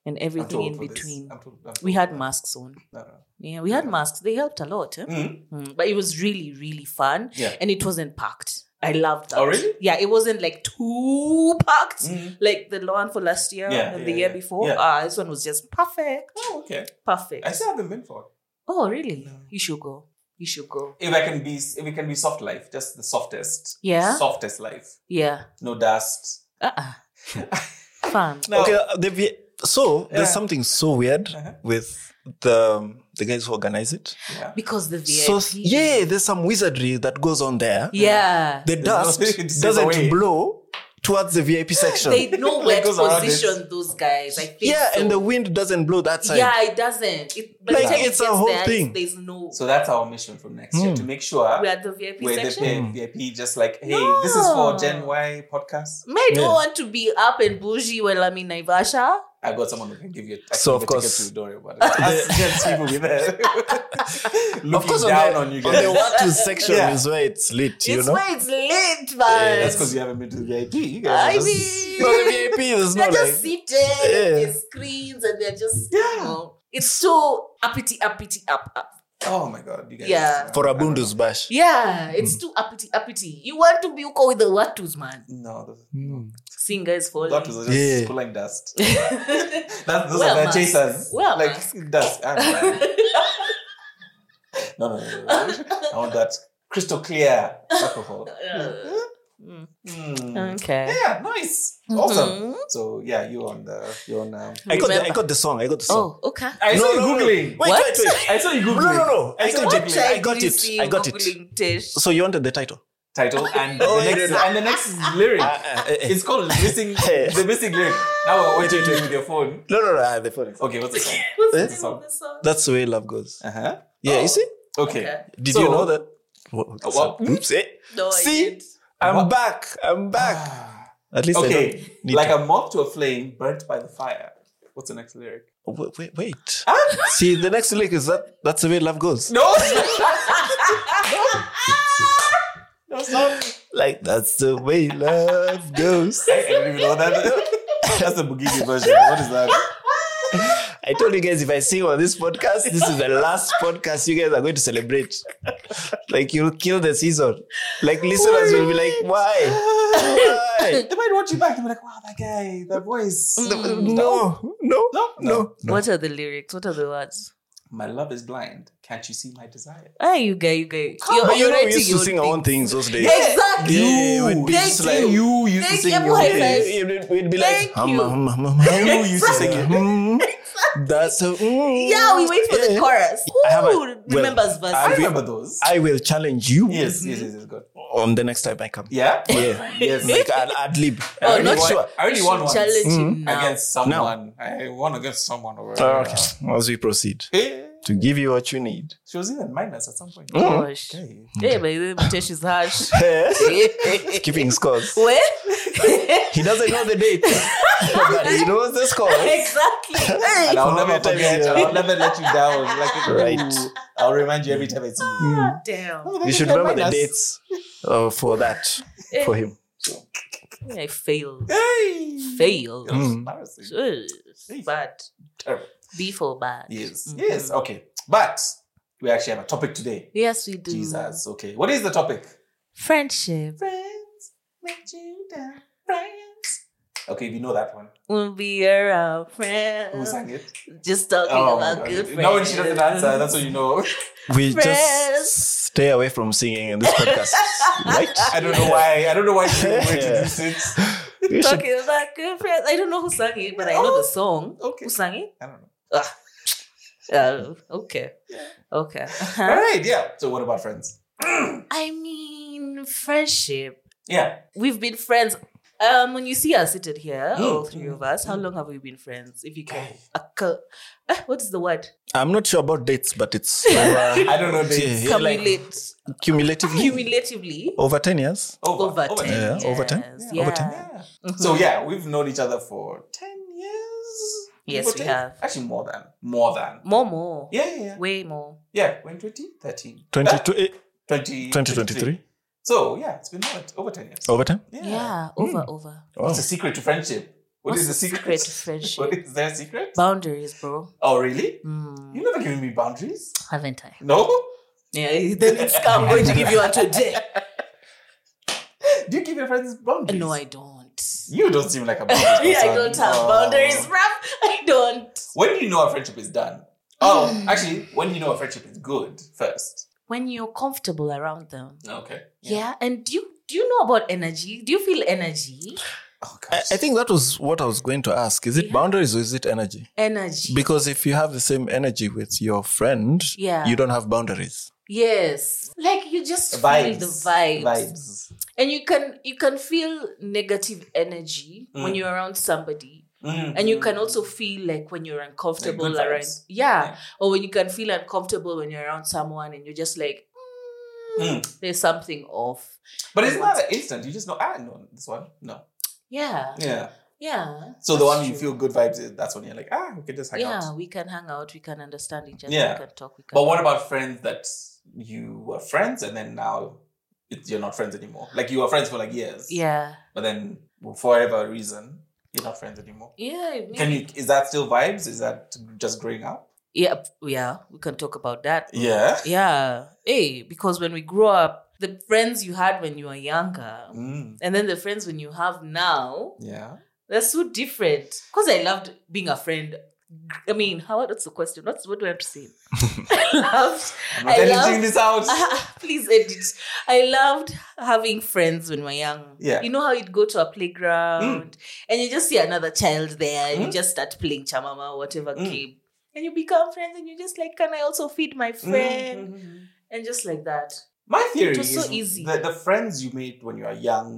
B: and
A: I'm
B: Oh, everything
A: too old
B: in
A: for this.
B: between.
A: I'm too- I'm too
B: We
A: old
B: had
A: for
B: masks on.
A: that. No, no.
B: Yeah, we had
A: Yeah.
B: masks. They helped a lot. eh?
A: Mm,
B: Mm, But it was really, really fun.
A: Yeah.
B: And it wasn't packed. I loved that.
A: Oh, really?
B: Yeah, it wasn't like too packed.
A: mm.
B: Like the one for last year
A: Yeah,
B: and
A: yeah,
B: the year
A: yeah.
B: before.
A: Yeah.
B: Ah, this one was just perfect.
A: Oh, okay.
B: Perfect.
A: I still haven't been for.
B: oh, really?
A: No.
B: You should go. You should go.
A: If I can be, if it can be soft life, just the softest.
B: Yeah.
A: Softest life.
B: Yeah.
A: No dust.
B: Uh uh [LAUGHS] Fun.
A: No.
C: Okay, uh, the, vi- so there's
A: Yeah.
C: something so weird
A: Uh-huh.
C: with the um, the guys who organize it.
A: Yeah.
B: Because the VIP.
C: So yeah, there's some wizardry that goes on there.
B: Yeah.
C: The
A: There's [LAUGHS]
C: dust
A: nothing to save
C: doesn't
A: away.
C: blow towards the VIP section.
B: They
C: [LAUGHS]
B: know where to
A: goes around it.
B: position those guys. I think
C: yeah,
B: so.
C: and the wind doesn't blow that side.
B: Yeah, it doesn't. It, by the
C: Like,
B: time it
C: it's a
B: gets
C: whole
B: there, it's-
C: thing.
B: There's no.
A: So that's our mission from next year
C: Mm.
A: to make sure
B: we're at the VIP
A: where they
B: section.
A: pay
C: Mm.
A: VIP, just like, hey, this is for Gen
B: No.
A: Y podcast.
B: Me, I don't
C: Yeah.
B: want to be up and bougie while I'm in Naivasha.
A: I got someone who can give you. A,
C: So, of
A: a
C: course-
A: ticket to, don't worry about it. Us gents people be there, looking
C: of course,
A: down
C: on,
A: on you
C: the, on the
A: guys.
B: [LAUGHS]
C: what to section
A: Yeah.
C: is where it's lit, you
B: it's
C: know.
B: where it's lit, man.
A: That's because you haven't been to the VIP. You guys are
B: I
A: just-
C: [LAUGHS]
B: mean,
C: No, the VIP
B: [LAUGHS]
C: is
B: they're
C: not like.
B: just seated
C: Yeah.
B: in screens and they're just, you
A: Yeah.
B: know, it's so uppity, uppity, up, up.
A: oh my god, you guys.
B: Yeah.
C: For a Bundu's bash.
B: Yeah,
C: Hmm.
B: it's too uppity, uppity. You want to be uko with the watus, man.
A: No, those-
B: Seeing guys falling.
A: that was just
C: Yeah.
A: pulling
B: [LAUGHS]
A: dust. That, those
B: Wear
A: are their
B: mask.
A: chasers.
B: Wear
A: like
B: mask.
A: dust. I'm fine.
B: [LAUGHS]
A: no, no, no, no, no. I want that crystal clear alcohol.
B: Uh, mm.
A: Mm.
B: okay.
A: Yeah, nice, awesome.
B: Mhm.
A: So yeah, you on the you on. Um,
C: I got, the, I
B: Remember.
C: got the song. I got the song.
B: Oh, okay.
A: I saw you
C: Wait,
A: googling.
B: What?
C: wait, wait.
A: I saw you
C: No,
A: googling.
C: no, no. I
A: It's
C: got
A: what
C: it.
B: Check
C: I got
B: this
C: it. I got it.
B: googling test.
C: So you wanted the title?
A: Title and
C: Oh,
A: the
C: yeah,
A: next
C: yeah, yeah.
A: and the next lyric.
C: Uh, uh, [LAUGHS] eh, eh.
A: [LAUGHS] It's called [LAUGHS] missing
C: Hey.
A: the missing lyric. Now we're watching
C: Wait, wait,
A: you with your phone.
C: No, no, no. uh, the phone. Oh.
A: Okay, what's the song? [LAUGHS]
B: What's the
C: Eh?
B: name of the song?
C: That's the way love goes.
A: Uh huh.
C: Yeah, you see?
A: Okay.
C: Did
A: So-
C: you know that? What,
A: Oh,
C: so-
A: what?
C: Oops, eh?
B: No, I
C: See?
B: didn't.
C: I'm
A: What?
C: back. I'm back. [GASPS] At least I
A: okay.
C: need
A: Like
C: to-
A: a moth to a flame burnt by the fire. What's the next lyric?
C: don't. Oh, Wait, wait. wait. [LAUGHS] see, the next lyric is that that's the way love goes.
A: No. [LAUGHS] no. not.
C: Like, that's the way love [LAUGHS] goes.
A: I, I don't even know what that. [LAUGHS] That's the Bugigi version. What is [LAUGHS] that?
C: I told you guys if I sing on this podcast, this [LAUGHS] is the last podcast you guys are going to celebrate. Like you'll kill the season. Like listeners will be like, why? Why?
B: [LAUGHS]
C: [LAUGHS]
A: they might watch you back. They'll be like, "Wow, that guy, that voice."
C: No, no,
A: No,
C: no, no.
B: What are the lyrics? What are the words?
A: My love is blind. Can't you see my desire?
B: Ah, you guy, you guy.
C: But you know, we used to
B: your
C: sing our own things those days.
A: Yeah.
B: Exactly.
C: Yeah, we'd be
B: Thank
C: just like,
B: you.
A: you used
B: Thank
A: to sing
B: you,
A: your
B: my
A: days.
B: friend.
C: It would- We'd be like,
B: Thank
C: hum,
B: you.
C: hum, hum, hum, hum.
A: You used to sing it.
C: Hmm. That's a, hmm.
B: Yeah, we wait for the
C: Yeah.
B: chorus.
C: I have a-
B: Who
C: well,
B: remembers
A: I
B: verse?
A: remember those.
C: I will challenge you
A: yes, yes, yes, yes, good.
C: on the next time I come.
A: Yeah,
B: [LAUGHS]
C: Yeah.
A: yes.
C: Like ad, ad lib.
B: Oh,
C: I'm
B: not
C: really
A: sure. I already won once
B: Challenge him now.
A: against someone. I won against someone over.
C: Mm-hmm. Oh, okay. As we proceed,
A: Eh,
C: to give you what you need.
B: [LAUGHS]
A: She was even minus at some point.
C: Mm.
B: Gosh.
A: Okay.
B: Hey, by the way, Mitesh is harsh.
C: Keeping scores.
B: Where? [LAUGHS]
C: He doesn't know the date, [LAUGHS] but he knows the score.
B: [LAUGHS] exactly.
A: [LAUGHS]
B: Hey.
A: And I'll
C: How
A: never
C: many times
A: forget.
C: you- [LAUGHS]
A: I'll never let you down. Like
C: Right. Mm.
A: ooh, I'll remind you every time I see
B: Mm.
A: you.
B: Damn.
A: Oh,
C: You should
A: they're
C: remember the
A: minus.
C: dates uh, for that for
B: Eh,
C: him.
B: I failed.
A: Hey.
B: Failed.
A: That's
C: Mm.
A: embarrassing.
B: Ugh, Bad.
A: Terrible.
B: Before bad.
A: Yes.
B: Mhm.
A: Yes. Okay. But we actually have a topic today.
B: Yes, we do.
A: Jesus. Okay. What is the topic?
B: Friendship
A: Friends let you down. Friends. Okay, we know that one.
B: will be around
A: Who
B: friends.
A: sang it?
B: Just talking
A: Oh my
B: about
A: God.
B: good friends.
A: Now when she doesn't answer, that's what you know.
C: We
B: Friends.
C: just stay away from singing in this podcast, right?
A: I don't know why. I don't know why
B: [LAUGHS]
A: she didn't introduce it.
C: You should-
B: talking about good friends. I don't know who sang it, but I know the song.
A: Oh. Okay.
B: Who sang it?
A: I don't know.
B: Uh, okay.
A: Yeah.
B: Okay.
A: All
B: Uh-huh.
A: right. Yeah. So what about friends?
B: [LAUGHS] I mean, friendship.
A: Yeah.
B: We've been friends. Um, when you see us seated here,
A: Hmm.
B: all three of us, how long have we been friends? If you can, accu- eh, what is the word?
C: I'm not sure about dates, but it's over,
A: [LAUGHS] I don't know.
C: yeah,
A: Dates.
C: yeah, like
B: [LAUGHS] Cumulate,
C: cumulatively
B: cumulatively,
C: over ten years.
A: Over.
B: over, ten.
C: Yeah,
B: years.
C: over 10.
B: Yeah.
C: Over 10,
A: Yeah.
B: Mhm.
A: So yeah, we've known each other for ten years.
B: Yes,
A: Give or
B: we
A: take.
B: have.
A: Actually, more than more than.
B: more, more,
A: Yeah, yeah, yeah.
B: way more.
A: Yeah, when 2013.
C: [LAUGHS] 22, eh,
A: 20,
C: 2023?
A: So yeah, it's been over, over ten years.
C: Over time?
B: Yeah, over, over.
C: Oh.
A: What's the secret to friendship? What
B: What's
A: is
B: the secret to friendship?
A: [LAUGHS] What is their secret?
B: Boundaries, bro.
A: oh really?
B: Mm,
A: You never given me boundaries.
B: haven't I?
A: No. [LAUGHS]
B: Yeah, then it's I'm going to give you a today.
A: Do you give your friends boundaries?
B: [LAUGHS] No, I don't.
A: You don't seem like a boundary.
B: [LAUGHS] I
A: person.
B: don't have
A: No.
B: boundaries, bruv. I don't.
A: When do you know a friendship is done? Oh,
B: [LAUGHS]
A: actually, when do you know a friendship is good first?
B: When you're comfortable around them.
A: Okay.
B: Yeah. And do you do you know about energy? Do you feel energy?
A: Oh
C: I,
A: gosh.
C: I think that was what I was going to ask. Is it
B: Yeah.
C: boundaries or is it energy?
B: Energy.
C: Because if you have the same energy with your friend,
B: Yeah.
C: you don't have boundaries.
B: yes. Like you just feel
A: vibes.
B: the vibes.
A: Vibes.
B: And you can you can feel negative energy when
A: Mm.
B: you're around somebody.
A: Mm.
B: And you can also feel like when you're uncomfortable
A: Like good
B: around
A: vibes.
B: yeah.
A: Yeah.
B: Or when you can feel uncomfortable when you're around someone and you're just like "Mm,
A: Mm.
B: there's something off.
A: But it's not an instant. You just know. Ah, no, this one. No.
B: Yeah.
A: Yeah.
B: Yeah.
A: So the
B: that's
A: one you
B: true.
A: feel good vibes is that's when you're like, ah, we can just hang
B: yeah,
A: out.
B: we can hang out. We can understand each other.
A: Yeah.
B: We can talk. We can
A: But what about friends that you were friends and then now it, you're not friends anymore? Like you were friends for like years.
B: Yeah.
A: But then for whatever reason, you're not friends anymore.
B: Yeah. maybe.
A: Can you is that still vibes? Is that just growing up?
B: Yeah. Yeah. We can talk about that.
A: Yeah.
B: Yeah. Hey, because when we grow up, the friends you had when you were younger,
A: Mm.
B: and then the friends when you have now,
A: Yeah.
B: they're so different. Because I loved being a friend. I mean, how? What's the question? What's what do I have to
A: [LAUGHS]
B: say? [LAUGHS] I loved.
A: I'm not
B: I
A: editing
B: love-
A: this out.
B: [LAUGHS] please edit. I loved having friends when we were young.
A: Yeah. Mm.
B: You know how you'd go to a playground and you just see another child there and you just start playing chamama or whatever
A: Mm.
B: game. And you become friends and you're just like, can I also feed my friend?
A: Mhm.
B: And just like that.
A: My theory
B: was so
A: is
B: easy.
A: that the friends you made when you are young,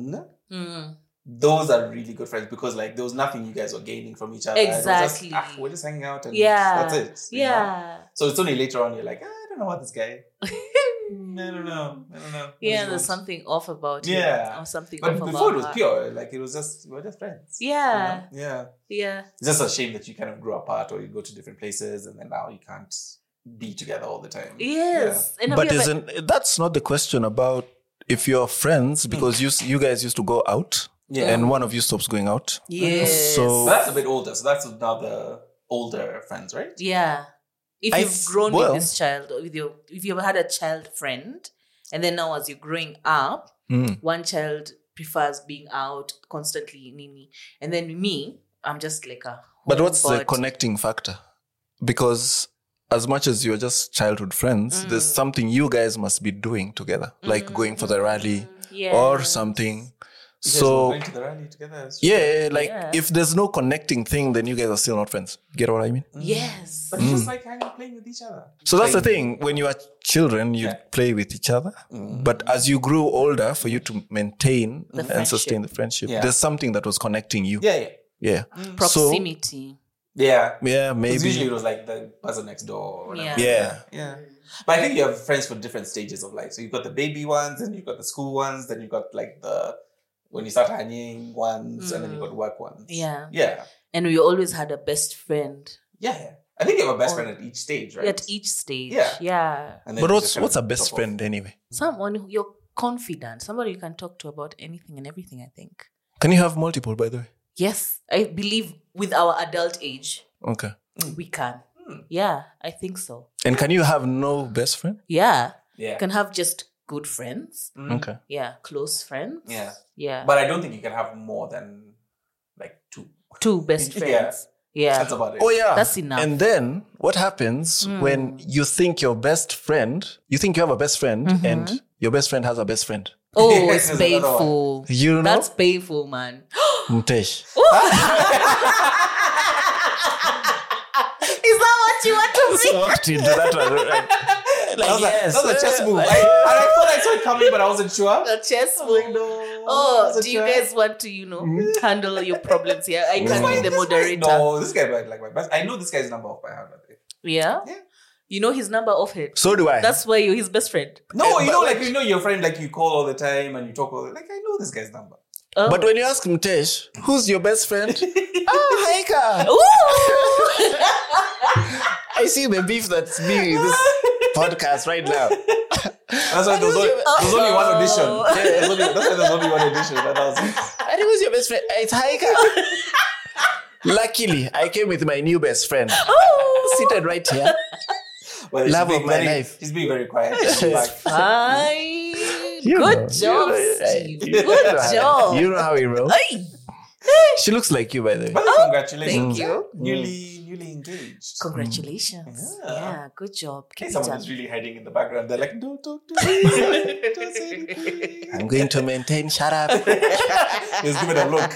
B: Mm.
A: those are really good friends because like there was nothing you guys were gaining from each other. It was just,
B: Exactly.
A: ah, we're just hanging out and
B: Yeah.
A: that's it. you know?
B: Yeah.
A: So it's only later on you're like, "Ah, I don't know about this guy.
B: [LAUGHS]
A: Mm, I don't know. I don't know. What
B: Yeah,
A: he
B: there's
A: wants."
B: something off about
A: Yeah.
B: him or something
A: But
B: off
A: before
B: about
A: it was
B: her.
A: pure. Like it was just we were just friends. you
B: Yeah.
A: know? Yeah.
B: Yeah.
A: It's just a shame that you kind of grew apart or you go to different places and then now you can't be together all the time.
B: Yes. And
C: but
B: we are like-
C: isn't that's not the question about if you're friends because you s- you guys used to go out
A: Yeah. yeah.
C: and one of you stops going out.
A: But
B: yes.
C: So-
A: that's a bit older. So that's another older friends, right?
B: Yeah. If
C: I
B: you've
C: th-
B: grown
C: well-
B: with this child, or with your, if you've had a child friend, and then now as you're growing up,
C: Mm.
B: one child prefers being out constantly, nini, and then me, I'm just like a.
C: But what's the
B: homebody.
C: connecting factor? Because as much as you're just childhood friends, there's
B: Mm.
C: something you guys must be doing together, like going for the rally
B: Mm, yeah.
C: or something.
A: You guys were
C: So
A: going to the rally together. as-
C: yeah, like
B: Yeah.
C: if there's no connecting thing, then you guys are still not friends. Get what I mean?
A: Mm.
B: Yes.
A: But it's just like hanging, playing with each other.
C: So that's the thing. When you are children, you
A: Yeah.
C: play with each other.
A: Mm.
C: But as you grew older, for you to maintain
B: The
C: and sustain the friendship,
A: Yeah.
C: there's something that was connecting you.
A: Yeah, yeah.
C: Yeah.
B: Proximity.
A: Yeah.
C: Yeah,
A: 'Cause Usually it
C: maybe.
A: was like the buzzer next door. Or whatever.
B: Yeah.
C: Yeah.
A: Yeah. But I think you have friends for different stages of life. So you've got the baby ones, and you've got the school ones, then you've got like the when you start hanging ones, and then you've got work ones.
B: Mm. Yeah.
A: Yeah.
B: And we always had a best friend
A: Yeah. yeah. I think you have a best
B: Or-
A: friend at each stage, right?
B: at each stage.
A: Yeah.
B: Yeah.
A: And then
C: But
A: you
C: what's
A: just kind
C: what's a
A: of
C: best
A: drop off.
C: friend anyway?
B: Someone who you're confident, somebody you can talk to about anything and everything, I think.
C: Can you have multiple, by the way?
B: Yes, I believe with our adult age,
C: Okay.
B: we can.
A: Hmm.
B: Yeah, I think so.
C: And can you have no best friend?
B: Yeah,
A: Yeah.
B: you can have just good friends.
A: Mm.
C: Okay.
B: Yeah, close friends.
A: Yeah.
B: Yeah.
A: But I don't think you can have more than like two.
B: Two best
A: Yeah.
B: friends. Yeah.
A: That's about it.
C: Oh yeah.
B: That's enough. Mm.
C: And then what happens when you think your best friend, you think you have a best friend,
B: Mm-hmm.
C: and your best friend has a best friend?
A: [LAUGHS]
B: Oh,
A: Yes,
B: it's
A: there's another
B: painful.
C: You know,
B: That's painful,
A: [LAUGHS]
B: man.
C: [LAUGHS]
B: [LAUGHS]
C: Mtesh.
B: Is that what you want to say?
C: Walked into that one. right? Like,
A: That was,
C: yes.
A: a, that was a chess
C: Yeah,
A: move. I,
C: [LAUGHS] like,
A: and I thought I saw it coming, but I wasn't sure.
B: [LAUGHS] The [LAUGHS] chess
A: I was like,
B: move.
A: no, that
B: Oh,
A: was a Mm-hmm.
B: do you
A: trap.
B: guys want to, you know, handle your problems here? I
C: This
B: can be
C: guy-
B: the
A: This guy-
B: moderator.
A: No, this guy might like my best. I know this guy's number off by heart. I think.
B: Yeah?
A: Yeah.
B: You know his number off head.
C: So do I.
B: That's why you're his best friend.
A: No,
C: Eh,
A: you know,
C: but-
A: like you know your friend, like you call all the time and you talk all. The, like I know this guy's number.
B: Oh.
C: But when you ask Mtesh, who's your best
B: [LAUGHS]
C: friend? ah, Haika. I see the beef that's being in this
B: [LAUGHS]
C: podcast right now.
A: That's why there's only,
C: Oh.
A: there's only one audition. Yeah, there's
C: [LAUGHS]
A: only, that's why there's only one audition. That was
C: I think who's your best friend? It's Haika. [LAUGHS] Luckily, I came with my new best friend. Seated right here.
A: well, she's
C: Love
A: being
C: of my
A: very,
C: life.
A: She's being very
C: [LAUGHS]
A: quiet. She's like,
B: Fine.
C: You
B: Good
C: know,
B: job,
C: you know,
B: Steve.
C: you know
B: Good
C: how-
B: job.
C: You know how he rolls.
B: Hey,
C: She looks like you, by the way. Mm.
A: but oh, congratulations,
B: thank you.
A: newly newly engaged.
B: Congratulations.
A: Yeah.
B: Yeah. good job.
A: I
B: Keep
A: think
B: it
A: someone
B: up.
A: is really hiding in the background. They're like, don't talk to [LAUGHS] me. Don't say anything. [LAUGHS]
C: I'm going to maintain. Shut up.
B: [LAUGHS]
A: Just give it a look.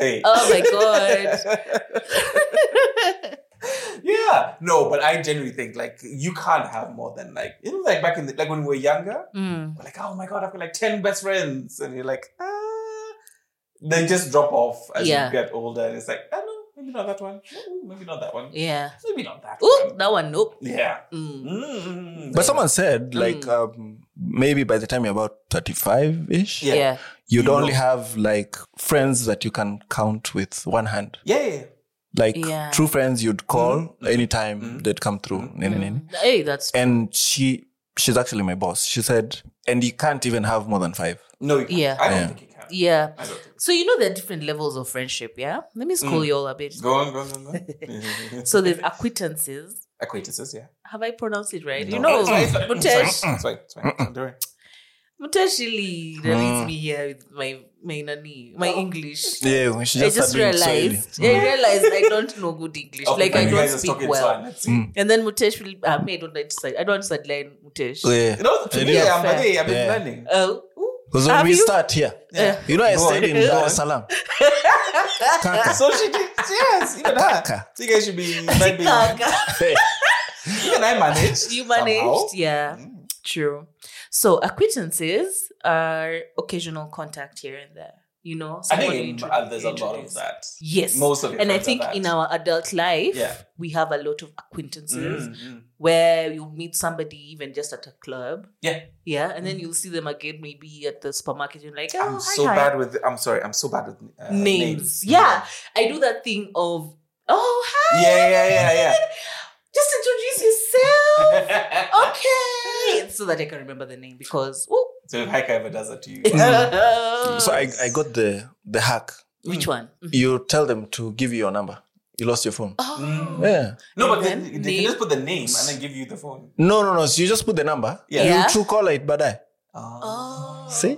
A: Hey.
B: Oh my god.
A: Yeah, no, but I genuinely think like you can't have more than like you know like back in the, like when we were younger,
B: Mm.
A: we're like oh my god, I've got like ten best friends, and you're like ah, they just drop off as
B: Yeah.
A: you get older, and it's like I know maybe not that one, Ooh, maybe not that one,
B: Yeah.
A: maybe not that
B: Ooh,
A: one.
B: that one, nope.
A: Yeah,
B: Mm.
A: Mm.
C: But someone said, like, um, maybe by the time you're about 35 ish,
A: Yeah.
B: yeah.
C: you'd
A: You
C: only
A: know.
C: have like friends that you can count with one hand.
A: Yeah, yeah.
C: Like
B: Yeah. Mm-hmm.
C: true friends you'd call anytime
A: Mhm.
C: they'd come through. Nini, nini.
B: Mm. Hey, that's
C: And she, she's actually my boss. She said, and you can't even have more than five.
A: No, you can't.
B: Yeah.
A: I don't
C: Yeah.
A: think you can.
B: yeah.
A: I don't think.
B: So you know there are different levels of friendship, yeah? Let me school you all a bit.
A: Mm. Go on, go on, go on.
B: [LAUGHS] So there's acquaintances.
A: [LAUGHS] acquaintances, yeah.
B: Have I pronounced it right? You
A: No.
B: know,
A: It's fine, it's [LAUGHS] fine,
B: Mutesh,
A: It's fine, it's fine. Don't worry.
B: Mutesh really
C: Mm.
B: leaves me here with my my nani, my
A: Oh.
B: English.
C: Yeah, she
B: I
C: just,
B: just
C: started doing
B: realized. Yeah, I realized I don't know good English.
A: Okay,
B: like I
A: you guys
B: don't
A: are
B: speak
A: talking,
B: well.
A: fine, let's see.
C: Mm.
B: And then Mutesh will. Uh, me, I don't like to side. I don't want to sideline Mutesh.
C: Swahili. Yeah.
A: You know, to
C: Mm. It
A: me,
B: is
A: I'm
B: fair.
A: hey, I've been
C: Yeah.
A: learning.
B: Oh, ooh.
C: Because when
B: Have
C: we
B: you-
C: start here,
A: Yeah.
C: you know, I
A: Go on.
C: stayed in
A: Go
C: Dar
A: on.
C: es Salaam.
B: [LAUGHS]
C: Kaka.
A: So she did. Yes, even her.
C: [LAUGHS] Kaka.
A: So you guys should be maybe
C: Hey.
A: even I managed.
B: [LAUGHS] you managed,
A: somehow.
B: yeah.
A: Mm.
B: True. So acquaintances are occasional contact here and there. You
A: I
B: know, someone you
A: think in,
B: intro-
A: uh, there's a lot
B: introduce.
A: of that.
B: Yes,
A: Most of your
B: and I
A: friends are
B: think
A: that.
B: in our adult life,
A: Yeah.
B: we have a lot of acquaintances
A: Mm, mm.
B: where you meet somebody even just at a club.
A: Yeah. Mm-hmm.
B: yeah, and then you'll see them again maybe at the supermarket. You're like, oh,
A: I'm
B: hi,
A: so
B: hi.
A: bad with. I'm sorry. I'm so bad with uh,
B: names. Yeah, I do that thing of oh hi,
A: Yeah, yeah, yeah, yeah.
B: just introduce
A: [LAUGHS]
B: yourself. [LAUGHS] Oh.
A: okay.
B: okay, so that I can remember the name because oh,
A: So if Haika ever does that
B: [LAUGHS]
A: to you, Mm.
C: So I, I got the, the hack.
B: which
A: Mm.
B: one? Mm.
C: You tell them to give you your number. You lost your phone.
B: Oh.
A: Mm.
C: Yeah.
A: no, but
B: And
A: then
B: then
A: they can
B: name.
A: just put the name and then give you the phone.
C: No, no, no. So you just put the number.
A: Yeah.
B: Yeah.
C: You true caller it baadaye.
B: Oh.
C: See?
B: Hey!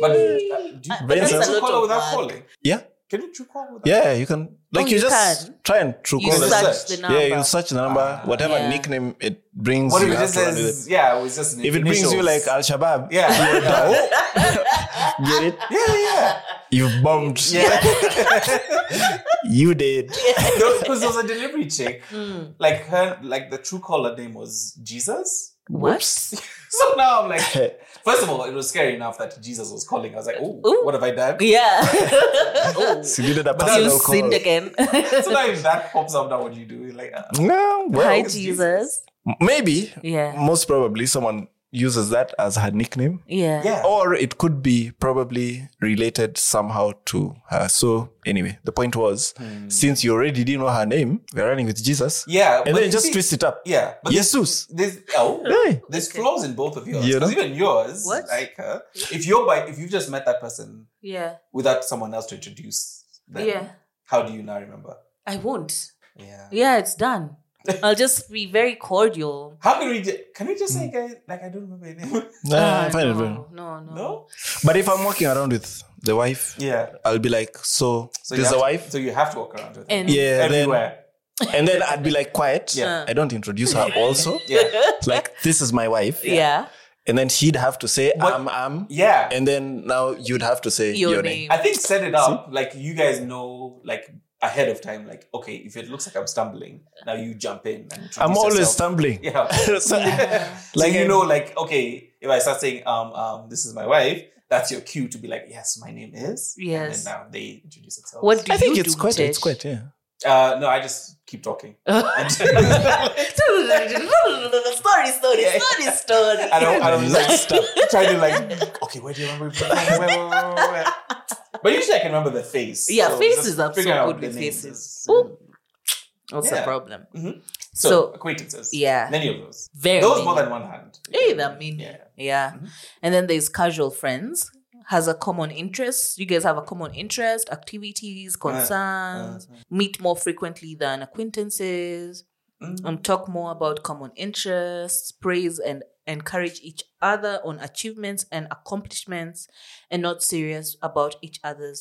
A: But uh, do you,
B: Uh,
A: can
C: that's
A: you
C: a
A: true
B: lot
A: caller
B: of
A: without
B: work.
A: calling?
C: Yeah.
A: Can you true call without?
C: Yeah, you can. Like
B: Oh,
C: you,
B: you
C: just
B: can.
C: try and true
B: you
C: call
A: call
C: it.
B: search
A: search.
B: the number.
C: Yeah, you search the number,
A: Ah.
C: whatever
B: Yeah.
C: nickname it brings
A: What if
C: you.
A: it
C: have
A: just
C: to run with
A: says? Yeah, it's just
C: it. If it brings you like
A: initials.
C: Al Shabaab, [LAUGHS]
A: Yeah. yeah,
C: get it?
A: yeah, [LAUGHS]
C: You've bombed. [LAUGHS] You did. [LAUGHS]
A: Because there was a delivery chick,
B: Mm.
A: like her, like the true caller name was Jesus. [LAUGHS]
B: What?
A: So now I'm like, first of all, it was scary enough that Jesus was calling. I was like, oh,
B: Ooh.
A: what have I
B: [LAUGHS]
A: done?
B: Yeah.
A: [LAUGHS] Oh.
C: She did a
A: that's-
B: you
C: personal
B: sinned
C: call.
B: again. [LAUGHS]
A: So now if that pops up, now what do you do? You're like, uh,
C: No,
B: Hi,
C: well,
A: it's
B: Jesus.
C: maybe,
B: Yeah.
C: most probably, someone uses that as her nickname.
B: Yeah.
A: yeah.
C: Or it could be probably related somehow to her. So, anyway, the point was since you already didn't know her name, we're running with Jesus.
A: Yeah.
C: Hmm. And
A: but
C: then you
A: you
C: just
A: see-
C: twist it up.
A: Yeah. But
C: Jesus.
A: there's, oh,
C: Hey.
A: there's
B: Okay.
A: flaws in both of yours.
C: You know?
A: Because even yours,
B: What?
A: like, uh, if you're by, if you've just met that person
B: Yeah.
A: without someone else to introduce them,
B: Yeah.
A: how do you now remember?
B: I won't.
A: Yeah.
B: Yeah, it's done. I'll just be very cordial.
A: How can we, ju- can we just
C: Hmm.
A: say, guys, like, I don't remember your name?
C: Nah, I
B: Uh,
C: find it
B: no,
C: very-
B: no, no,
A: [LAUGHS] no?
C: But if I'm walking around with the wife,
A: Yeah.
C: I'll be like, so,
A: So you
C: this is
A: have
C: the
A: to-
C: wife?
A: [LAUGHS] So you have to walk around with
B: And-
A: them.
C: yeah.
A: Everywhere.
C: Then, and then I'd be like, quiet.
B: Uh.
A: Yeah.
C: I don't introduce her also.
A: [LAUGHS] yeah.
C: like, this is my wife.
B: [LAUGHS] Yeah.
C: And then she'd have to say,
A: What-
C: I'm, I'm.
A: Yeah.
C: And then now you'd have to say
B: Your, name.
A: I think set it up like you guys know like ahead of time. Like okay, if it looks like I'm stumbling, now you jump in. And introduce
C: I'm always
A: yourself.
C: stumbling.
A: [LAUGHS]
C: [LAUGHS]
A: Yeah.
C: So-
B: Yeah.
A: like
C: Like,
A: you know, like okay, if I start saying um um this is my wife, that's your cue to be like yes, my name is.
B: Yes.
A: And then now they introduce themselves.
B: What do
C: I think
B: you
C: it's
B: do,
C: quite,
B: Mutesh?
C: it's quite, yeah.
A: Uh, no, I just keep talking. [LAUGHS] And-
B: [LAUGHS] story, story, story, story.
A: I don't, I don't like
C: Nice [LAUGHS]
A: stop [LAUGHS] trying to like okay, where do you remember? Where, where, where, where, where? But usually I can remember the face.
B: Yeah,
A: so
B: faces
A: just
B: are so
A: figuring out
B: good
A: the
B: with
A: names
B: faces.
A: is-
B: Ooh. What's
A: Yeah.
B: the problem?
A: Mhm. So,
B: So,
A: acquaintances.
B: yeah.
A: Many of those.
B: very.
A: Those more than one hand.
B: Hey, there are many.
A: Yeah.
B: Yeah.
A: Mhm.
B: And then there's casual friends, has a common interest. You guys have a common interest, activities,
A: Uh,
B: concerns, meet more frequently than acquaintances,
A: Mm.
B: um, talk more about common interests, praise and encourage each other on achievements and accomplishments, and not serious about each other's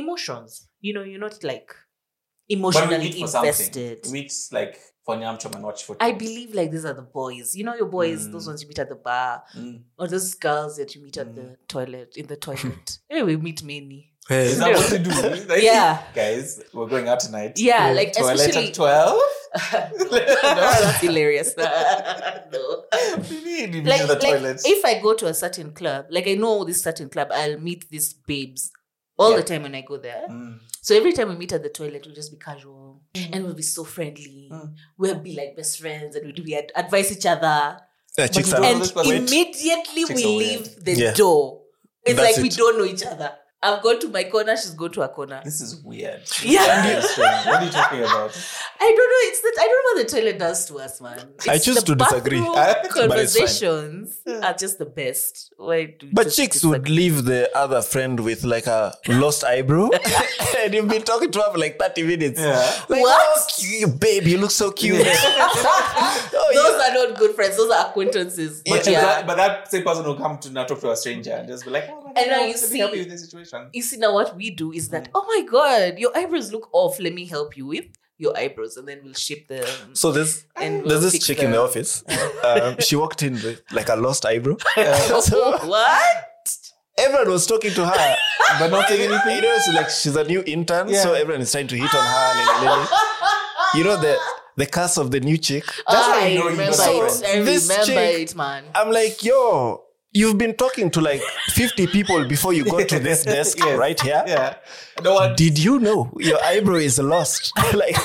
B: emotions. You know, you're not like
A: But we
B: emotionally
A: meet for
B: invested.
A: something. We meet like for Nyamchom and watch football.
B: I believe like these are the boys. You know your boys, those
A: Mm.
B: ones you meet at the bar, [LAUGHS]
A: Mm.
B: or those girls that you meet
A: Hmm.
B: at the toilet
A: [LAUGHS]
B: in the toilet. hey, we meet many.
A: Is that what to do? Like,
B: Yeah.
A: Guys, we're going out tonight.
B: Yeah, like
A: Toilet
B: especially.
A: at [LAUGHS]
B: [LAUGHS]
A: 12?
B: That's [LAUGHS] hilarious. No.
A: What do you mean? You meet
B: Like,
A: in the
B: like,
A: toilet.
B: if I go to a certain club, like I know this certain club, I'll meet these babes all
A: Yeah.
B: the time when I go there.
A: Mm.
B: So every time we meet at the toilet, we'll just be casual and we'll be so friendly.
A: Mm.
B: We'll be like best friends and we'll be ad- advise each other.
C: Yeah, chicks
A: you
C: are
A: don't
B: and
A: this person-
B: immediately
A: Chicks
B: we
A: are weird.
B: leave the
C: Yeah.
B: door. It's
C: That's
B: like we
C: it.
B: don't know each other. I've gone to my corner, she's gone to her corner.
A: This is weird.
B: Yeah.
A: Interesting. what are you talking
B: [LAUGHS]
A: about?
B: I don't know. It's that I don't know what the toilet does to us, man. It's
C: I choose
B: the
C: to disagree.
B: bathroom
C: I- but it's fine.
B: conversations are just the best. Why do?
C: But
B: just
C: chicks
B: disagree?
C: would leave the other friend with like a lost
A: [LAUGHS]
C: eyebrow, [LAUGHS] and you've been talking to her for like thirty minutes.
A: Yeah.
C: Like,
B: What?
C: "Oh, cu- babe, you look so cute. [LAUGHS] oh,
B: Those are not good friends. Those are acquaintances.
A: But,
B: yeah.
A: that, but that same person will come to now talk to a stranger and just be like, oh, my
B: And now
A: God,
B: you
A: let
B: see-
A: me help you with this
B: [LAUGHS]
A: situation.
B: you see now what we do is
C: Mm.
B: that oh my god your eyebrows look off let me help you with your eyebrows and then we'll shape them [LAUGHS]
C: So there's
B: And we'll
C: there's this
B: fix
C: chick in the
B: them.
C: office. Um, she walked in with like a lost eyebrow. So
B: Oh, what
C: everyone was talking to
A: [LAUGHS]
C: her,
A: Uh,
C: but not
B: [LAUGHS]
C: saying anything. You know, it's like she's a new intern, so
A: Yeah.
C: everyone is trying to hit on her. and- and- and- you know the the curse of the new chick.
A: That's how
B: i
A: you know you
B: remember
A: must have
B: it
A: friends.
B: i
C: This
B: remember
C: chick-
B: it man
C: I'm like, yo, you've been talking to like 50 people before you got to this desk
A: [LAUGHS] Yes.
C: right here.
A: Yeah. No one.
C: Did you know your eyebrow is lost? [LAUGHS] like,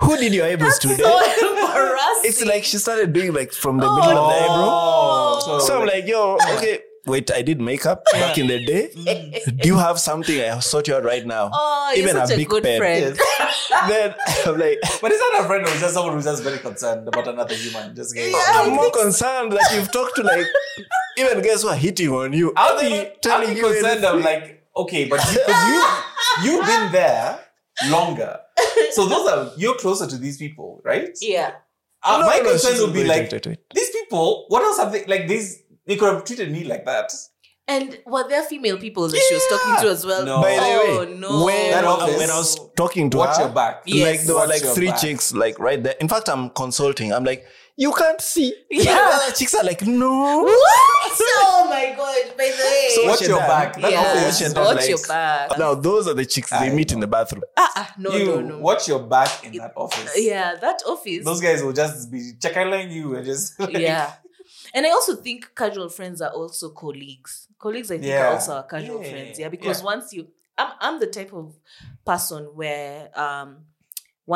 C: who did your eyebrows
B: [LAUGHS]
C: today?
B: so [LAUGHS] embarrassing
C: it's like she started doing like from the middle of the eyebrow.
A: Oh,
B: no.
C: So I'm like, yo, okay, [LAUGHS] wait, I did makeup back in the day. Do you have something I sort you out right now?
B: oh you're
C: even a
B: such a,
C: big
B: good
C: pen.
B: friend
A: Yes.
C: Then [LAUGHS] I'm like,
A: But is that a friend or is that someone who's just very concerned about another human? Just getting
B: Yeah.
C: I'm more concerned that you've talked
B: [LAUGHS]
C: to like even guys who are hitting on you.
A: I'll
C: They're
A: be,
C: not
A: I'll be
C: telling you
A: concerned.
C: anything.
A: I'm like, okay, but because you, you've
B: [LAUGHS]
A: been there longer. So those are, you're closer to these people, right?
B: [LAUGHS] yeah
A: Uh,
C: No,
A: my
C: no, no,
A: concern
C: she's-
A: would be
C: wait,
A: like,
C: wait, wait, wait.
A: these people, what else have they, like, these, they could have treated me like that.
B: and well there are female people that she was talking to as well
A: No.
C: By the
B: oh
C: way,
B: no
C: when,
A: uh, That office.
C: when I was talking to
A: Watch
C: her,
A: your back.
B: Yes.
C: like there were
A: Watch
C: like
A: your
C: three
A: back.
C: chicks like right there. In fact, I'm consulting. I'm like, you can't see.
B: Yeah.
C: The other chicks are like, no. [LAUGHS]
B: what oh my god by the way
C: So
A: Watch
C: your
A: your
C: dad.
A: back. That
B: yeah.
A: office
B: watch
C: Watch
A: is
C: your
B: your,
A: not like-
C: dad likes-
B: back
C: Now those are the chicks they
A: I
C: meet in the bathroom.
B: ah, [LAUGHS] ah, no
A: you
B: no no
A: watch your back in that office.
B: yeah that office
A: Those guys will just be checkerline you and just [LAUGHS] like,
B: yeah and i also think casual friends are also colleagues colleagues i think
A: Yeah.
B: are also our casual
A: Yeah.
B: friends yeah because
A: Yeah.
B: once you I'm, I'm the type of person where um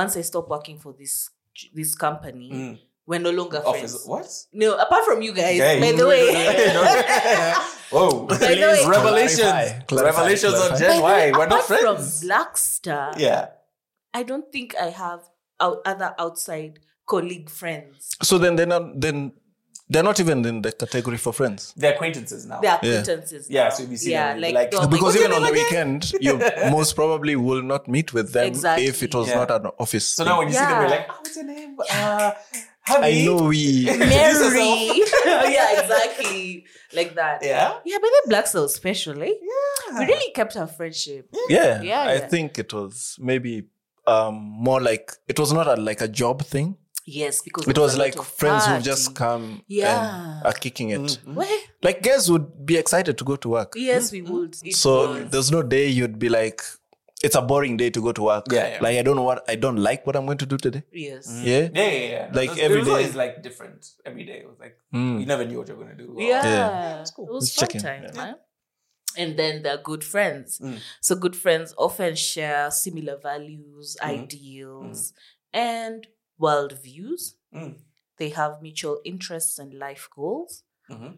B: once i stop working for this this company
A: Mm.
B: we're no longer
A: office.
B: friends
A: What?
B: no apart from you guys
A: Guys.
B: by the
A: [LAUGHS]
B: way [LAUGHS]
A: Whoa.
B: By the way-
A: Revelations. Revelations on
C: clarify.
A: Gen
B: [LAUGHS]
A: Y. We're not
B: apart from
A: friends.
B: black star
A: Yeah.
B: i don't think i have out- other outside colleague friends
C: So then they're not then they're not even in the category for friends.
A: They're acquaintances now.
B: they're
C: Yeah.
B: acquaintances
A: Yeah,
B: now.
A: so you see
B: yeah
A: them,
B: like,
A: like-
B: oh my
C: because
B: God,
C: even
B: your
C: on the
B: name again?
C: weekend, you
B: [LAUGHS]
C: most probably will not meet with them
B: Exactly.
C: if it was
A: Yeah.
C: not an office.
A: So
C: thing.
A: now when you see them, you're
B: Yeah.
A: like, oh, what's your name? Uh, Habi. [LAUGHS]
C: I know
B: [LAUGHS]
C: we
A: Introduce yourself.
B: Mary. [LAUGHS] yeah, exactly. Like that.
A: Yeah.
B: Yeah, but then Black Soul special, eh? We
A: Yeah.
B: really kept our friendship.
C: yeah,
B: Yeah,
C: I
B: yeah.
C: think it was maybe um more like it was not a, like a job thing.
B: Yes, because
C: It
B: there
C: was
B: a lot
C: like
B: of
C: friends who
B: party.
C: just come
B: Yeah.
C: and are kicking it.
A: Mm, mm.
B: Well,
C: Like guys would be excited to go to work.
B: yes, we would. It
C: Hmm? So
B: was.
C: there's no day you'd be like, it's a boring day to go to work.
A: Yeah, Mm. yeah.
C: Like I don't know what I don't like what I'm going to do today.
B: yes.
C: Yeah.
A: Yeah, yeah, yeah.
C: Like
A: Those-
C: every
A: it was
C: day.
A: always like different every day. It was like
C: Mm.
A: you never knew what you were gonna do.
B: Yeah.
C: Yeah.
B: It was
C: Let's
B: fun
C: check in.
B: time,
C: Yeah.
B: man. And then they're good friends.
A: Mm.
B: So good friends often share similar values, ideals, and worldviews.
A: Mm.
B: They have mutual interests and life goals.
A: Mhm.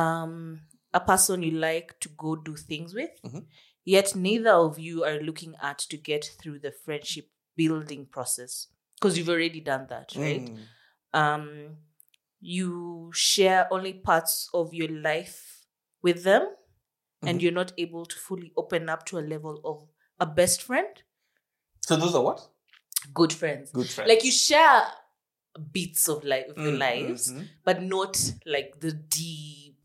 B: um, a person you like to go do things with,
A: Mhm.
B: yet neither of you are looking at to get through the friendship building process because you've already done that, right?
A: Mm.
B: Um, you share only parts of your life with them,
A: Mm-hmm.
B: and you're not able to fully open up to a level of a best friend,
A: So those are what?
B: good friends.
A: Good friends.
B: Like you share bits of life of your
C: Hmm.
A: Mm,
B: lives,
A: mhm.
B: but not like the deep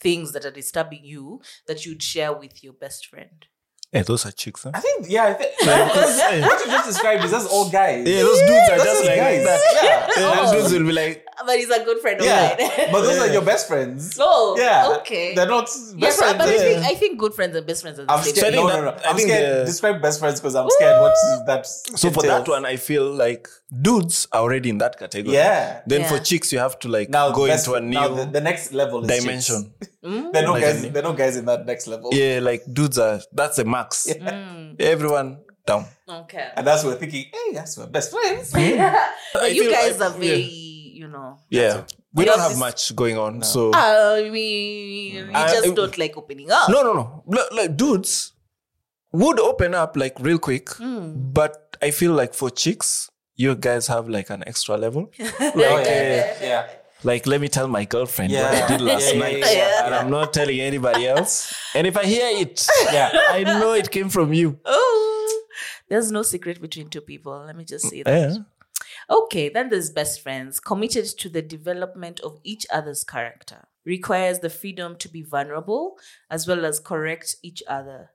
B: things that are disturbing you that you'd share with your best friend.
C: Yeah, Eh, those are chicks, huh?
A: I think yeah, I think [LAUGHS]
C: because, eh,
A: what you just described is just all guys.
C: Yeah,
B: [LAUGHS]
C: those dudes are
A: That's
C: just
A: just
C: like
A: guys. [LAUGHS]
C: that.
A: Yeah.
C: Yeah,
B: Oh.
C: those dudes will be like,
B: But he's a good friend of [LAUGHS]
A: Yeah.
B: mine.
A: But those are
C: [LAUGHS] Yeah.
A: your best friends.
B: so
A: Yeah.
B: Oh, okay.
A: They're not
B: Yes,
A: best friends.
B: but I
A: eh?
B: think, I think good friends and best friends are the
A: I'm
B: same.
A: scared.
C: I
A: No,
C: think
A: no,
C: that-
A: no.
C: I
A: I'm
C: think
A: scared.
C: the-
A: Describe best friends because I'm scared. What is that?
C: so for that
A: entails.
C: one, I feel like dudes are already in that category.
A: yeah.
C: Then for
B: Yeah.
C: chicks, you have to like
A: Now
C: go
A: best-
C: into a
A: now the,
C: new
A: the next level is
C: dimension.
B: Mm,
A: There are no
C: Like
A: guys.
C: a-
A: There are no guys in that next level.
C: Yeah, like dudes are that's the max.
B: mm,
C: Everyone down.
A: [LAUGHS]
B: okay.
A: And that's where we're thinking. Hey, that's we're best friends.
B: but
C: I
B: you
C: feel
B: guys
C: like-
B: are very,
C: yeah.
B: you know,
C: Yeah. we
B: Yours
C: don't have
B: is- Ah.
C: much going on.
A: No.
C: So
B: I mean, we
C: I-
B: just don't like opening up.
C: no, no, no. Like, like dudes would open up like real quick,
B: Mm.
C: but I feel like for chicks, you guys have like an extra level. like,
A: Oh,
C: uh,
A: yeah, yeah.
C: like let me tell my
B: uh,
C: girlfriend what I
A: Yeah.
C: did last
A: Yeah, yeah,
C: night,
A: yeah, yeah.
C: and I'm not telling anybody
B: [LAUGHS]
C: else. And if I hear it,
A: Yeah. yeah.
C: I know it came from you.
B: [LAUGHS] Oh, there's no secret between two people. Let me just say that.
C: Yeah.
B: Okay, then there's best friends, committed to the development of each other's character, requires the freedom to be vulnerable as well as correct each other,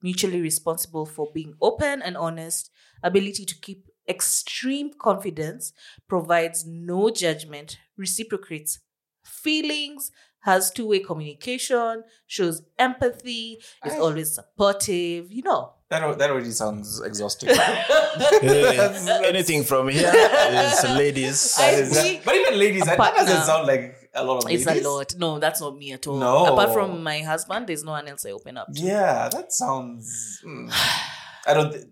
B: mutually responsible for being open and honest, ability to keep extreme confidence, provides no judgment, reciprocates feelings, has two way communication, shows empathy, is
A: Aye.
B: always supportive, you know.
A: That, al- that already sounds
B: [LAUGHS]
A: exhausting. [LAUGHS]
C: Yeah. Anything from here is ladies.
B: I
A: That is-
B: see.
A: but even ladies, that, that
B: partner.
A: doesn't sound like a lot of
B: It's
A: ladies.
B: a lot. No, that's not me at all.
A: No.
B: Apart from my husband, there's no one else I open up to.
A: Yeah, that sounds.
B: [SIGHS]
A: mm. I don't. Th-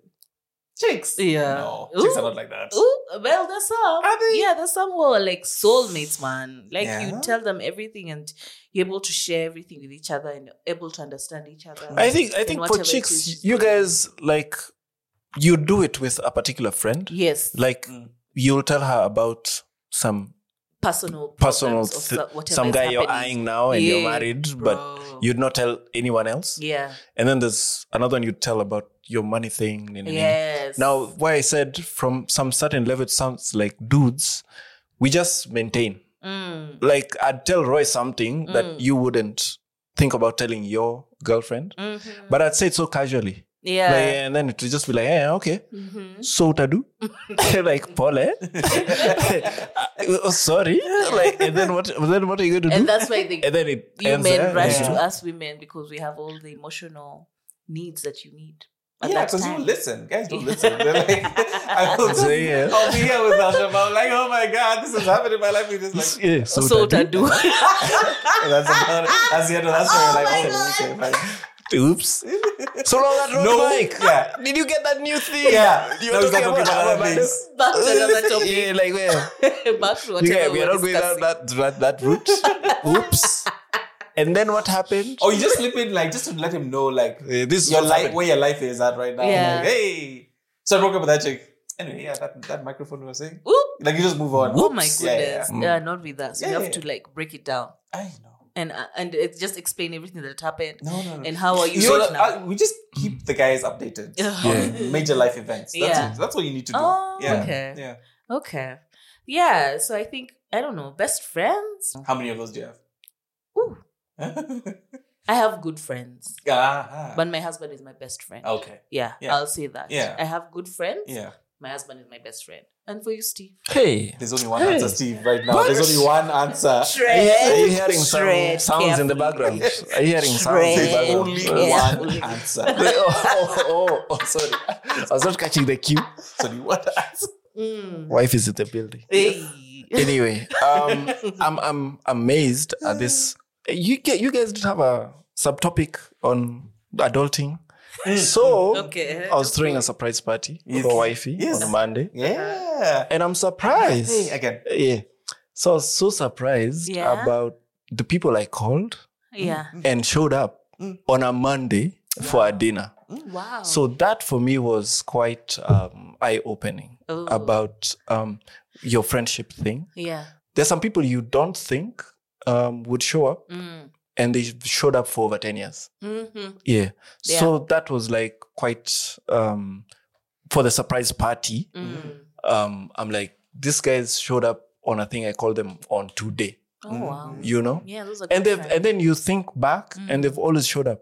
A: chicks.
B: Yeah.
A: No,
B: Ooh.
A: chicks are not like that. [LAUGHS]
B: Ooh, well, there's some.
A: Are they?
B: Yeah, there's some who are like soulmates, man. Like you
A: Yeah.
B: tell them everything and you're able to share everything with each other and able to understand each other.
C: I think I
B: in
C: think for
B: whatever it is.
C: chicks, you guys like you do it with a particular friend.
B: Yes.
C: Like
A: Mm.
C: you'll tell her about some
B: personal.
C: personal
B: problems of
C: th-
B: so- whatever
C: some
B: is
C: guy you're
B: happening.
C: eyeing now and you're
B: Yeah,
C: married, but
B: Bro.
C: you'd not tell anyone else.
B: Yeah.
C: And then there's another one you tell about your money thing. nini, nini.
B: Yes.
C: Now, why I said from some certain level, it sounds like dudes, we just maintain.
B: Mm.
C: Like I'd tell Roy something that
B: Mm.
C: you wouldn't think about telling your girlfriend,
B: Mhm.
C: but I'd say it so casually.
B: yeah.
C: Like, and then it would just be like, hey, okay,
B: Mhm.
C: so utadu [LAUGHS] like Paul, eh? [LAUGHS] oh, sorry. Like, and then what? Then what are you going to do?
B: And that's why they
C: and then [LAUGHS] it
B: you
C: ends
B: men
C: there.
B: rush
A: yeah.
B: to us women because we have all the emotional needs that you need. at
A: yeah,
B: that
A: because you
B: time.
A: listen. Guys don't listen. They're like,
B: [LAUGHS]
A: [LAUGHS] I will
C: So, yeah.
A: I'll be here with Alshama. I'm like, oh my God, this has happened in my life. We just
B: [LAUGHS]
A: like,
C: [LAUGHS] Yeah,
B: So,
C: so,
B: Tadu. [LAUGHS]
A: that's about it. That's the end of that story.
B: Oh
A: like,
B: my
A: okay, okay, fine.
C: [LAUGHS] Oops. So long that road
A: No. [LAUGHS]
C: bike. [LAUGHS]
A: Yeah.
C: Did you get that new thing?
A: Yeah.
C: You're
A: No, he's not
C: talking
A: talking
C: about
A: about
C: Abba
A: other things.
B: Back to another topic.
C: yeah, like where?
B: [LAUGHS] Back to
C: You
B: whatever
C: guys, we are
B: we're
C: not going down
B: discussing.
C: that, that that route. Oops. And then what happened?
A: Or Oh, you just slip in, like, just to let him know, like,
C: Eh, Oh, this is
A: your
C: what
A: life,
C: happened.
A: where your life is at right now.
B: Yeah.
A: Like, hey. So I broke up with that chick. Anyway, yeah, that, that microphone we were saying.
B: Oop.
A: Like, you just move on.
B: Oh my
A: Oops.
B: goodness.
A: Yeah, yeah,
B: Yeah,
C: yeah.
B: not with us. we
A: Yeah,
B: have
A: yeah.
B: to like break it down
A: yeah. I know.
B: and uh, and it just explain everything that happened
A: No, no, no.
C: Mm.
B: and how are you,
A: You know,
B: right now. [LAUGHS]
A: uh, we just keep the guys updated on major life events. That's,
B: Yeah.
A: it. that's what you need to do.
B: Oh,
A: yeah.
B: okay.
A: Yeah.
B: Okay. Yeah, so I think I don't know, best friends?
A: How many of those do you have? [LAUGHS]
B: Ooh. I have good friends.
A: Ah,
B: But my husband is my best friend.
C: Oh,
A: okay.
B: Yeah,
A: Yeah.
B: I'll say that.
A: Yeah.
B: I have good friends.
A: Yeah.
B: My husband is my best friend. And for you, Steve.
C: Hey.
A: There's only one
C: Hey.
A: answer, Steve, right now.
C: What?
A: There's only one answer.
C: Are you, are you hearing some
B: Shred
C: sounds in the
B: carefully.
C: background? Are you hearing sounds in the
B: Shred
A: There's
C: background?
A: only
B: Yeah.
A: one answer.
C: [LAUGHS] oh, oh, oh, oh, sorry. I was not catching the cue.
A: There's only
C: [LAUGHS]
A: one answer.
B: Mm.
C: Wife is in the building.
B: Hey.
C: Anyway, um, I'm I'm amazed at this. You get you guys did have a subtopic on adulting. So
B: Okay.
C: I was throwing a surprise party
A: Yes.
C: for wifey
A: Yes.
C: on Monday,
A: [LAUGHS] Yeah.
C: and I'm surprised.
A: Hey, again.
C: Yeah, so I was so surprised
B: Yeah.
C: about the people I called
B: Yeah.
C: and showed up
A: Mm.
C: on a Monday for a dinner.
B: Wow.
C: So that for me was quite um, eye opening
B: Oh.
C: about um, your friendship thing.
B: Yeah.
C: There's some people you don't think um, would show up,
B: Mm.
C: and they showed up for over 10 years.
B: Mm-hmm.
C: Yeah. So that was like quite um, for the surprise party.
B: Mm.
C: Um, I'm like, these guys showed up on a thing I call them on today,
B: Oh, wow.
C: you know?
B: Yeah, those are
C: Mm-hmm.
B: good
C: And, they've,
B: friends.
C: and then you think back,
B: Mm.
C: and they've always showed up.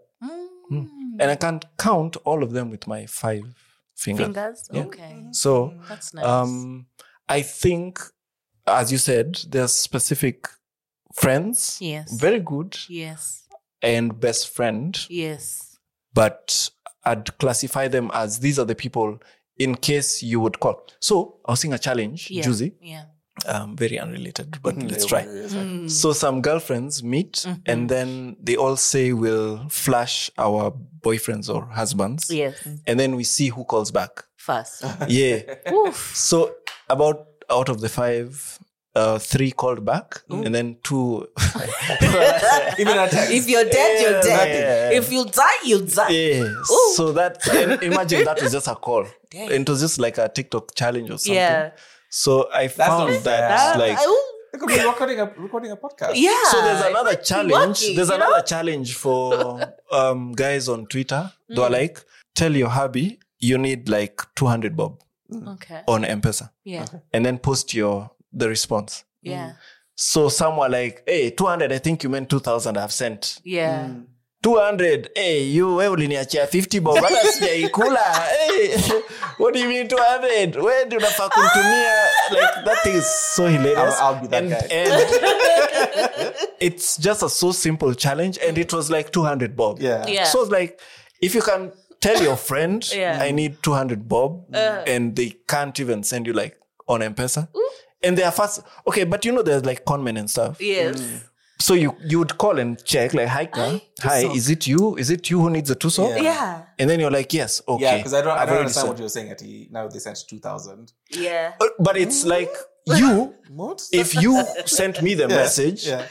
B: Mm.
C: And I can't count all of them with my five fingers.
B: Fingers?
C: Yeah.
B: Okay.
C: So
B: That's nice.
C: Um, I think, as you said, there's specific friends,
B: yes.
C: very good,
B: yes.
C: and best friend,
B: Yes.
C: but I'd classify them as these are the people in case you would call. So I was seeing a challenge,
B: Yeah.
C: Juzi,
B: Yeah.
C: um, very unrelated, but let's try.
B: [LAUGHS] Mm.
C: So some girlfriends meet
B: Mm-hmm.
C: and then they all say we'll flash our boyfriends or husbands.
B: Yes.
C: And then we see who calls back.
B: [LAUGHS] Fast.
C: Yeah.
B: Oof.
C: So about out of the five, uh, three called back, and then two.
A: [LAUGHS] Even a text.
B: If you're dead, you're
C: [LAUGHS] Yeah,
B: dead.
C: yeah.
B: If you die, you die.
C: yeah.
B: Ooh.
C: So that and imagine that was just a call.
B: [LAUGHS] Dang.
C: And it was just like a TikTok challenge or something.
B: Yeah.
C: So I
A: not
C: found
A: fair.
C: that
B: Uh,
C: like
B: oh,
A: It could be recording a recording a podcast.
B: yeah.
C: So there's another
B: It's
C: challenge.
B: working,
C: there's
B: you know?
C: another challenge
B: [LAUGHS]
C: for um, guys on Twitter. They're
B: Mm.
C: like, tell your hubby you need like 200 bob
B: Okay.
C: on M-Pesa,
B: Yeah.
C: and then post your the response.
B: Yeah.
C: So some were like, hey, 200. I think you meant 2,000. I've sent
B: Yeah.
C: Mm.
A: Mm.
C: 200. Hey, you wewe uliniachia 50
A: [LAUGHS]
C: bob. Hata sijaikula. Hey, what do you mean 200? Wewe ndio unafaa kunitumia. Like that thing is so hilarious.
A: I'll- I'll be that
C: and,
A: guy.
C: and [LAUGHS] it's just a so simple challenge, and it was like 200 bob.
A: Yeah.
B: Yeah.
C: So it's like, if you can tell your friend,
B: Yeah.
C: I need 200 bob, and they can't even send you like on M-Pesa. And they are fast. Okay, but you know there's like conmen and stuff.
B: Yes.
C: Mm. So you you would call and check like, hi, girl. hi, is it you? Is it you who needs a tusok?
A: Yeah.
B: Oh, Yeah.
C: And then you're like, yes, okay.
A: Yeah, because I don't, I
C: I've
A: don't
C: already
A: understand
C: sent-
A: what you're saying. At he, now they sent two thousand.
B: Yeah.
C: Uh, But it's
B: Mm.
C: like you.
A: What?
C: If you
B: [LAUGHS]
C: sent me the
A: Yeah,
C: message,
A: Yeah.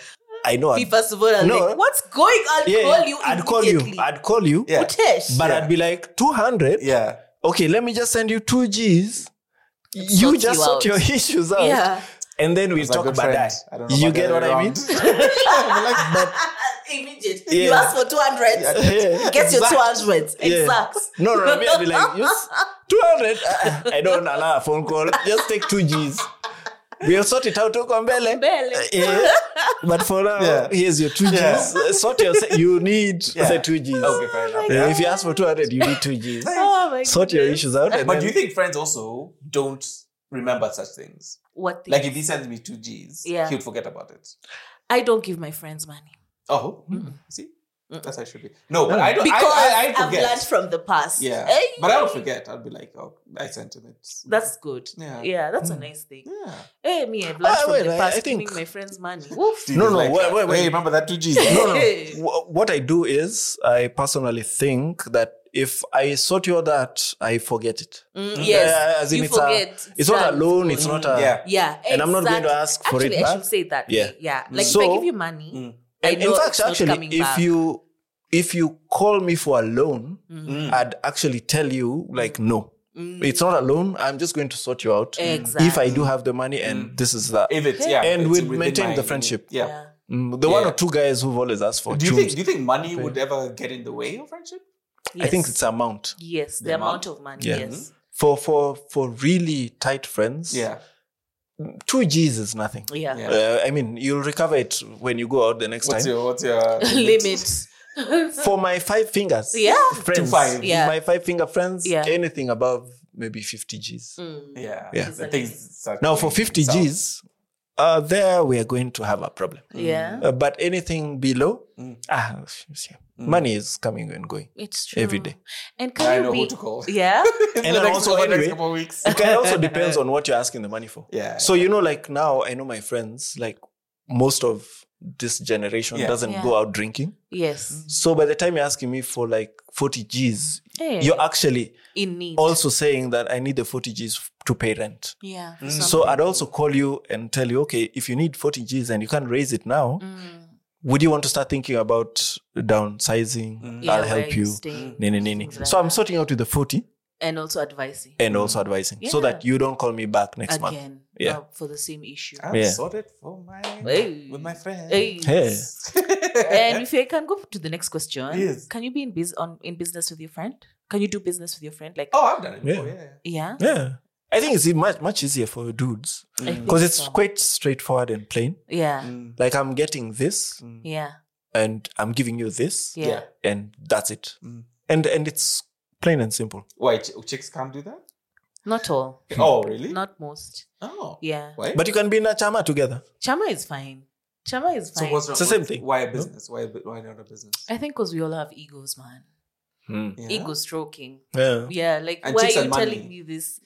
C: I know. I'd,
B: Me, First of all, I'm
C: No.
B: like, what's going on?
C: yeah,
B: call
C: yeah,
B: you.
C: I'd call you.
B: immediately.
C: I'd call you.
A: Yeah.
B: Utesh.
C: But
A: Yeah.
C: I'd be like, 200?
A: Yeah.
C: Okay, let me just send you two G's. You
B: Sort
C: just
B: you
C: sort
B: out.
C: your [LAUGHS] issues out.
B: yeah.
C: And then we'll
A: It's like
C: talk
A: a
C: about
A: friend.
C: that.
A: I don't know
C: You
A: about the
C: get
A: other
C: what
A: way
C: I mean?
A: around. [LAUGHS] I'm like,
B: [LAUGHS] Immediate. You
C: Yeah.
B: ask for 200.
C: [LAUGHS]
B: [LAUGHS]
C: Yeah.
B: Get your
A: Exact.
B: 200. It
C: Yeah.
B: sucks.
C: [LAUGHS] No, no, no. Me, I'd be like, you,
B: [LAUGHS]
C: 200. Uh, [LAUGHS] I don't allow a phone call. Just take two G's. We'll sort it out. Huko
B: [LAUGHS]
C: mbele.
B: Mbele.
C: Yeah. But for now,
A: Yeah.
C: here's your two G's.
A: Yeah.
C: Sort yourself.
A: [LAUGHS]
C: You need
A: Yeah.
C: the two G's.
A: okay,
B: [LAUGHS]
A: fair enough.
C: Yeah, If you ask for 200, you need two G's.
B: Oh my
C: Sort your
B: goodness.
C: issues out. And
A: But
C: then,
A: do you think friends also don't remember such things?
B: What?
A: Like if he sends me two G's,
B: Yeah.
A: he would forget about it.
B: I don't give my friends money.
A: Oh, see, that's how it should be. No, but I don't.
B: Mm. because
A: I, I, I
B: have
A: forget.
B: learned from the past.
A: yeah,
B: Eh?
A: but I would forget. I'd be like, oh, I sent him it.
B: that's good.
A: Yeah.
B: Yeah, that's a nice thing.
A: yeah.
B: Hey, me, I've learned
C: Mm. Ah,
B: from
C: wait,
B: the
C: I-
B: past
C: I think-
B: giving my friends money.
C: [LAUGHS]
B: Woof.
A: Steve
C: No,
A: is
C: no,
A: like,
C: wait, wait, wait.
A: Hey, remember that two G's? [LAUGHS]
C: [LAUGHS] no, no.
B: Hey.
C: Wh- What I do is, I personally think that if I sort you out that, I forget it.
B: Mm,
C: Yeah,
B: yes,
C: as in
B: you
C: it's a-
B: forget.
C: It's not a
B: done.
C: loan. It's not a.
A: Yeah.
B: Yeah,
C: And I'm not going to
B: exactly.
C: ask for it
B: actually, I
C: back.
B: should say that.
C: Yeah.
B: Yeah, yeah. Like if I
C: So-
B: give you money,
A: Mm.
B: I
C: And in
B: know
C: fact,
B: it's not
C: actually,
B: coming
C: if
B: back.
C: you if you call me for a loan,
B: Mm-hmm.
A: Mm.
B: Hmm.
C: I'd actually tell you like no.
B: Mm.
C: It's not a loan. I'm just going to sort you out.
B: Exactly. Hmm.
C: If I do have the money and this is that.
A: If it's yeah,
C: And
A: it's
C: we'd
A: within
C: maintain
A: my-
C: the friendship.
A: Yeah.
C: Mm, the one
A: Yeah.
C: or two guys who've always asked for
A: Do you think?
C: tunes,
A: Do you think money would ever get in the way of friendship?
C: I think
B: Yes.
C: it's amount.
B: yes, the,
A: The amount?
B: amount of money.
C: Yeah.
B: Yes,
C: For for for really tight friends,
A: Yeah.
C: two G's is nothing.
B: yeah.
A: Yeah.
C: Uh, I mean, you'll recover it when you go out the next
A: What's
C: time.
A: your What's
B: [LAUGHS]
A: your
B: Limit.
C: For my five fingers,
B: Yeah.
C: friends,
A: five.
B: Yeah.
C: my five finger friends,
B: Yeah.
C: anything above maybe fifty G's.
B: Mm.
A: Yeah.
C: Yeah.
A: The things start
C: Now for
A: going
C: fifty
A: south.
C: G's, uh, there we are going to have a problem.
B: Yeah,
C: Uh, but anything below,
A: Mm.
C: ah, it's- yeah. money is coming and going.
B: it's true.
C: Every day.
B: and can
A: I
B: you
A: know
B: be?
A: who to call. [LAUGHS]
B: Yeah, [LAUGHS]
A: And
C: then also anyway-
A: couple of
C: [LAUGHS]
A: weeks.
C: It kind
A: [LAUGHS]
C: also depends on what you're asking the money for.
A: Yeah.
C: So you know, like now I know my friends, like most of this generation
A: Yeah.
C: doesn't
B: Yeah.
C: go out drinking.
B: yes.
C: So by the time you're asking me for like 40 G's,
B: Hey,
C: you're actually
B: in need.
C: also saying that I need the 40 G's f- to pay rent.
B: yeah. for
A: Mm.
B: some-
C: So I'd also call you and tell you, okay, if you need 40 G's and you can't raise it now,
B: Mm.
C: would you want to start thinking about downsizing?
A: Mm.
B: Yeah,
C: I'll
B: where
C: help
B: you
C: you.
B: stay,
C: Nini, nini.
B: things like
C: So I'm
B: that.
C: sorting out with the 40
B: and also advising
C: and also advising so
B: Yeah.
C: that you don't call me back next month.
B: again
C: Yeah.
B: uh, for the same issue.
A: I'm
C: Yeah.
A: sorted for my
B: Hey.
A: with my friends.
B: Hey.
C: Hey.
A: [LAUGHS]
B: and if I can go to the next question,
A: Yes.
B: can you be in biz on in business with your friend? Can you do business with your friend? Like,
A: Oh, I've done it before.
C: Yeah.
A: yeah.
B: yeah,
C: Yeah. I think it's e, much, much easier for dudes
B: I think
C: because it's
B: so.
C: quite straightforward and plain.
B: Mm. yeah,
A: Mm.
C: Like I'm getting this
A: Mm.
B: yeah,
C: and I'm giving you this
B: yeah.
A: Yeah.
C: and that's it.
A: Mm.
C: And and it's plain and simple.
A: Why ch- chicks can't do that?
B: Not all,
A: Oh, really?
B: not most.
A: Oh,
B: Yeah,
A: why?
C: But you can be in a chama together.
B: Chama is fine. Chama is
A: so
B: fine.
A: what's wrong?
C: It's the same thing.
A: Why a business? Why a bu- why not a business?
B: I think because we all have egos, man.
A: Yeah.
B: Ego stroking.
C: Yeah.
B: Yeah, like
A: And
B: why are
A: chicks
B: you
A: and money.
B: telling me this?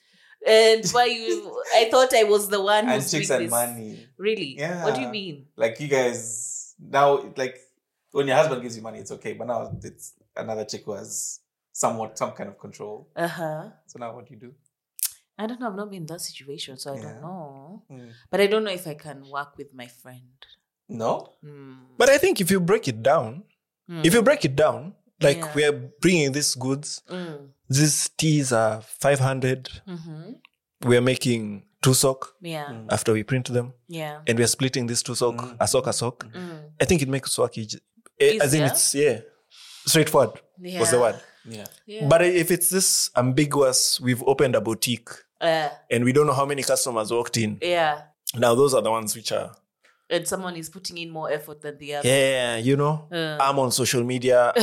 B: And why you? I thought I was the one
A: and
B: who's
A: chicks
B: doing
A: and
B: this.
A: money.
B: Really? What do you
A: Yeah.
B: mean?
A: Like you guys now, like when your husband gives you money, it's okay. But now it's another chick who has somewhat some kind of control.
B: Uh huh.
A: So now what do you do?
B: I don't know. I've not been in that situation, so I
A: Yeah.
B: don't know. now.
A: Mm.
B: But I don't know if I can work with my friend.
A: No?
B: Mm.
C: But I think if you break it down,
B: Mm.
C: if you break it down, like
B: Yeah.
C: we are bringing these goods,
B: Mm.
C: these teas are 500.
B: hmm
C: We are making two sock
B: Yeah.
A: Mm.
C: after we print them,
B: Yeah.
C: and we are splitting this two sock,
A: Mm.
C: a sock, a sock.
B: Mm.
C: I think it makes work easy. As in
B: Easier?
C: it's, yeah, straightforward
B: Yeah.
C: was the word.
A: Yeah.
B: Yeah.
C: But if it's this ambiguous, we've opened a boutique
B: uh,
C: and we don't know how many customers walked in.
B: yeah.
C: Now, those are the ones which are,
B: And someone is putting in more effort than the other.
C: yeah, you know,
B: Uh.
C: I'm on social
B: [LAUGHS]
C: media.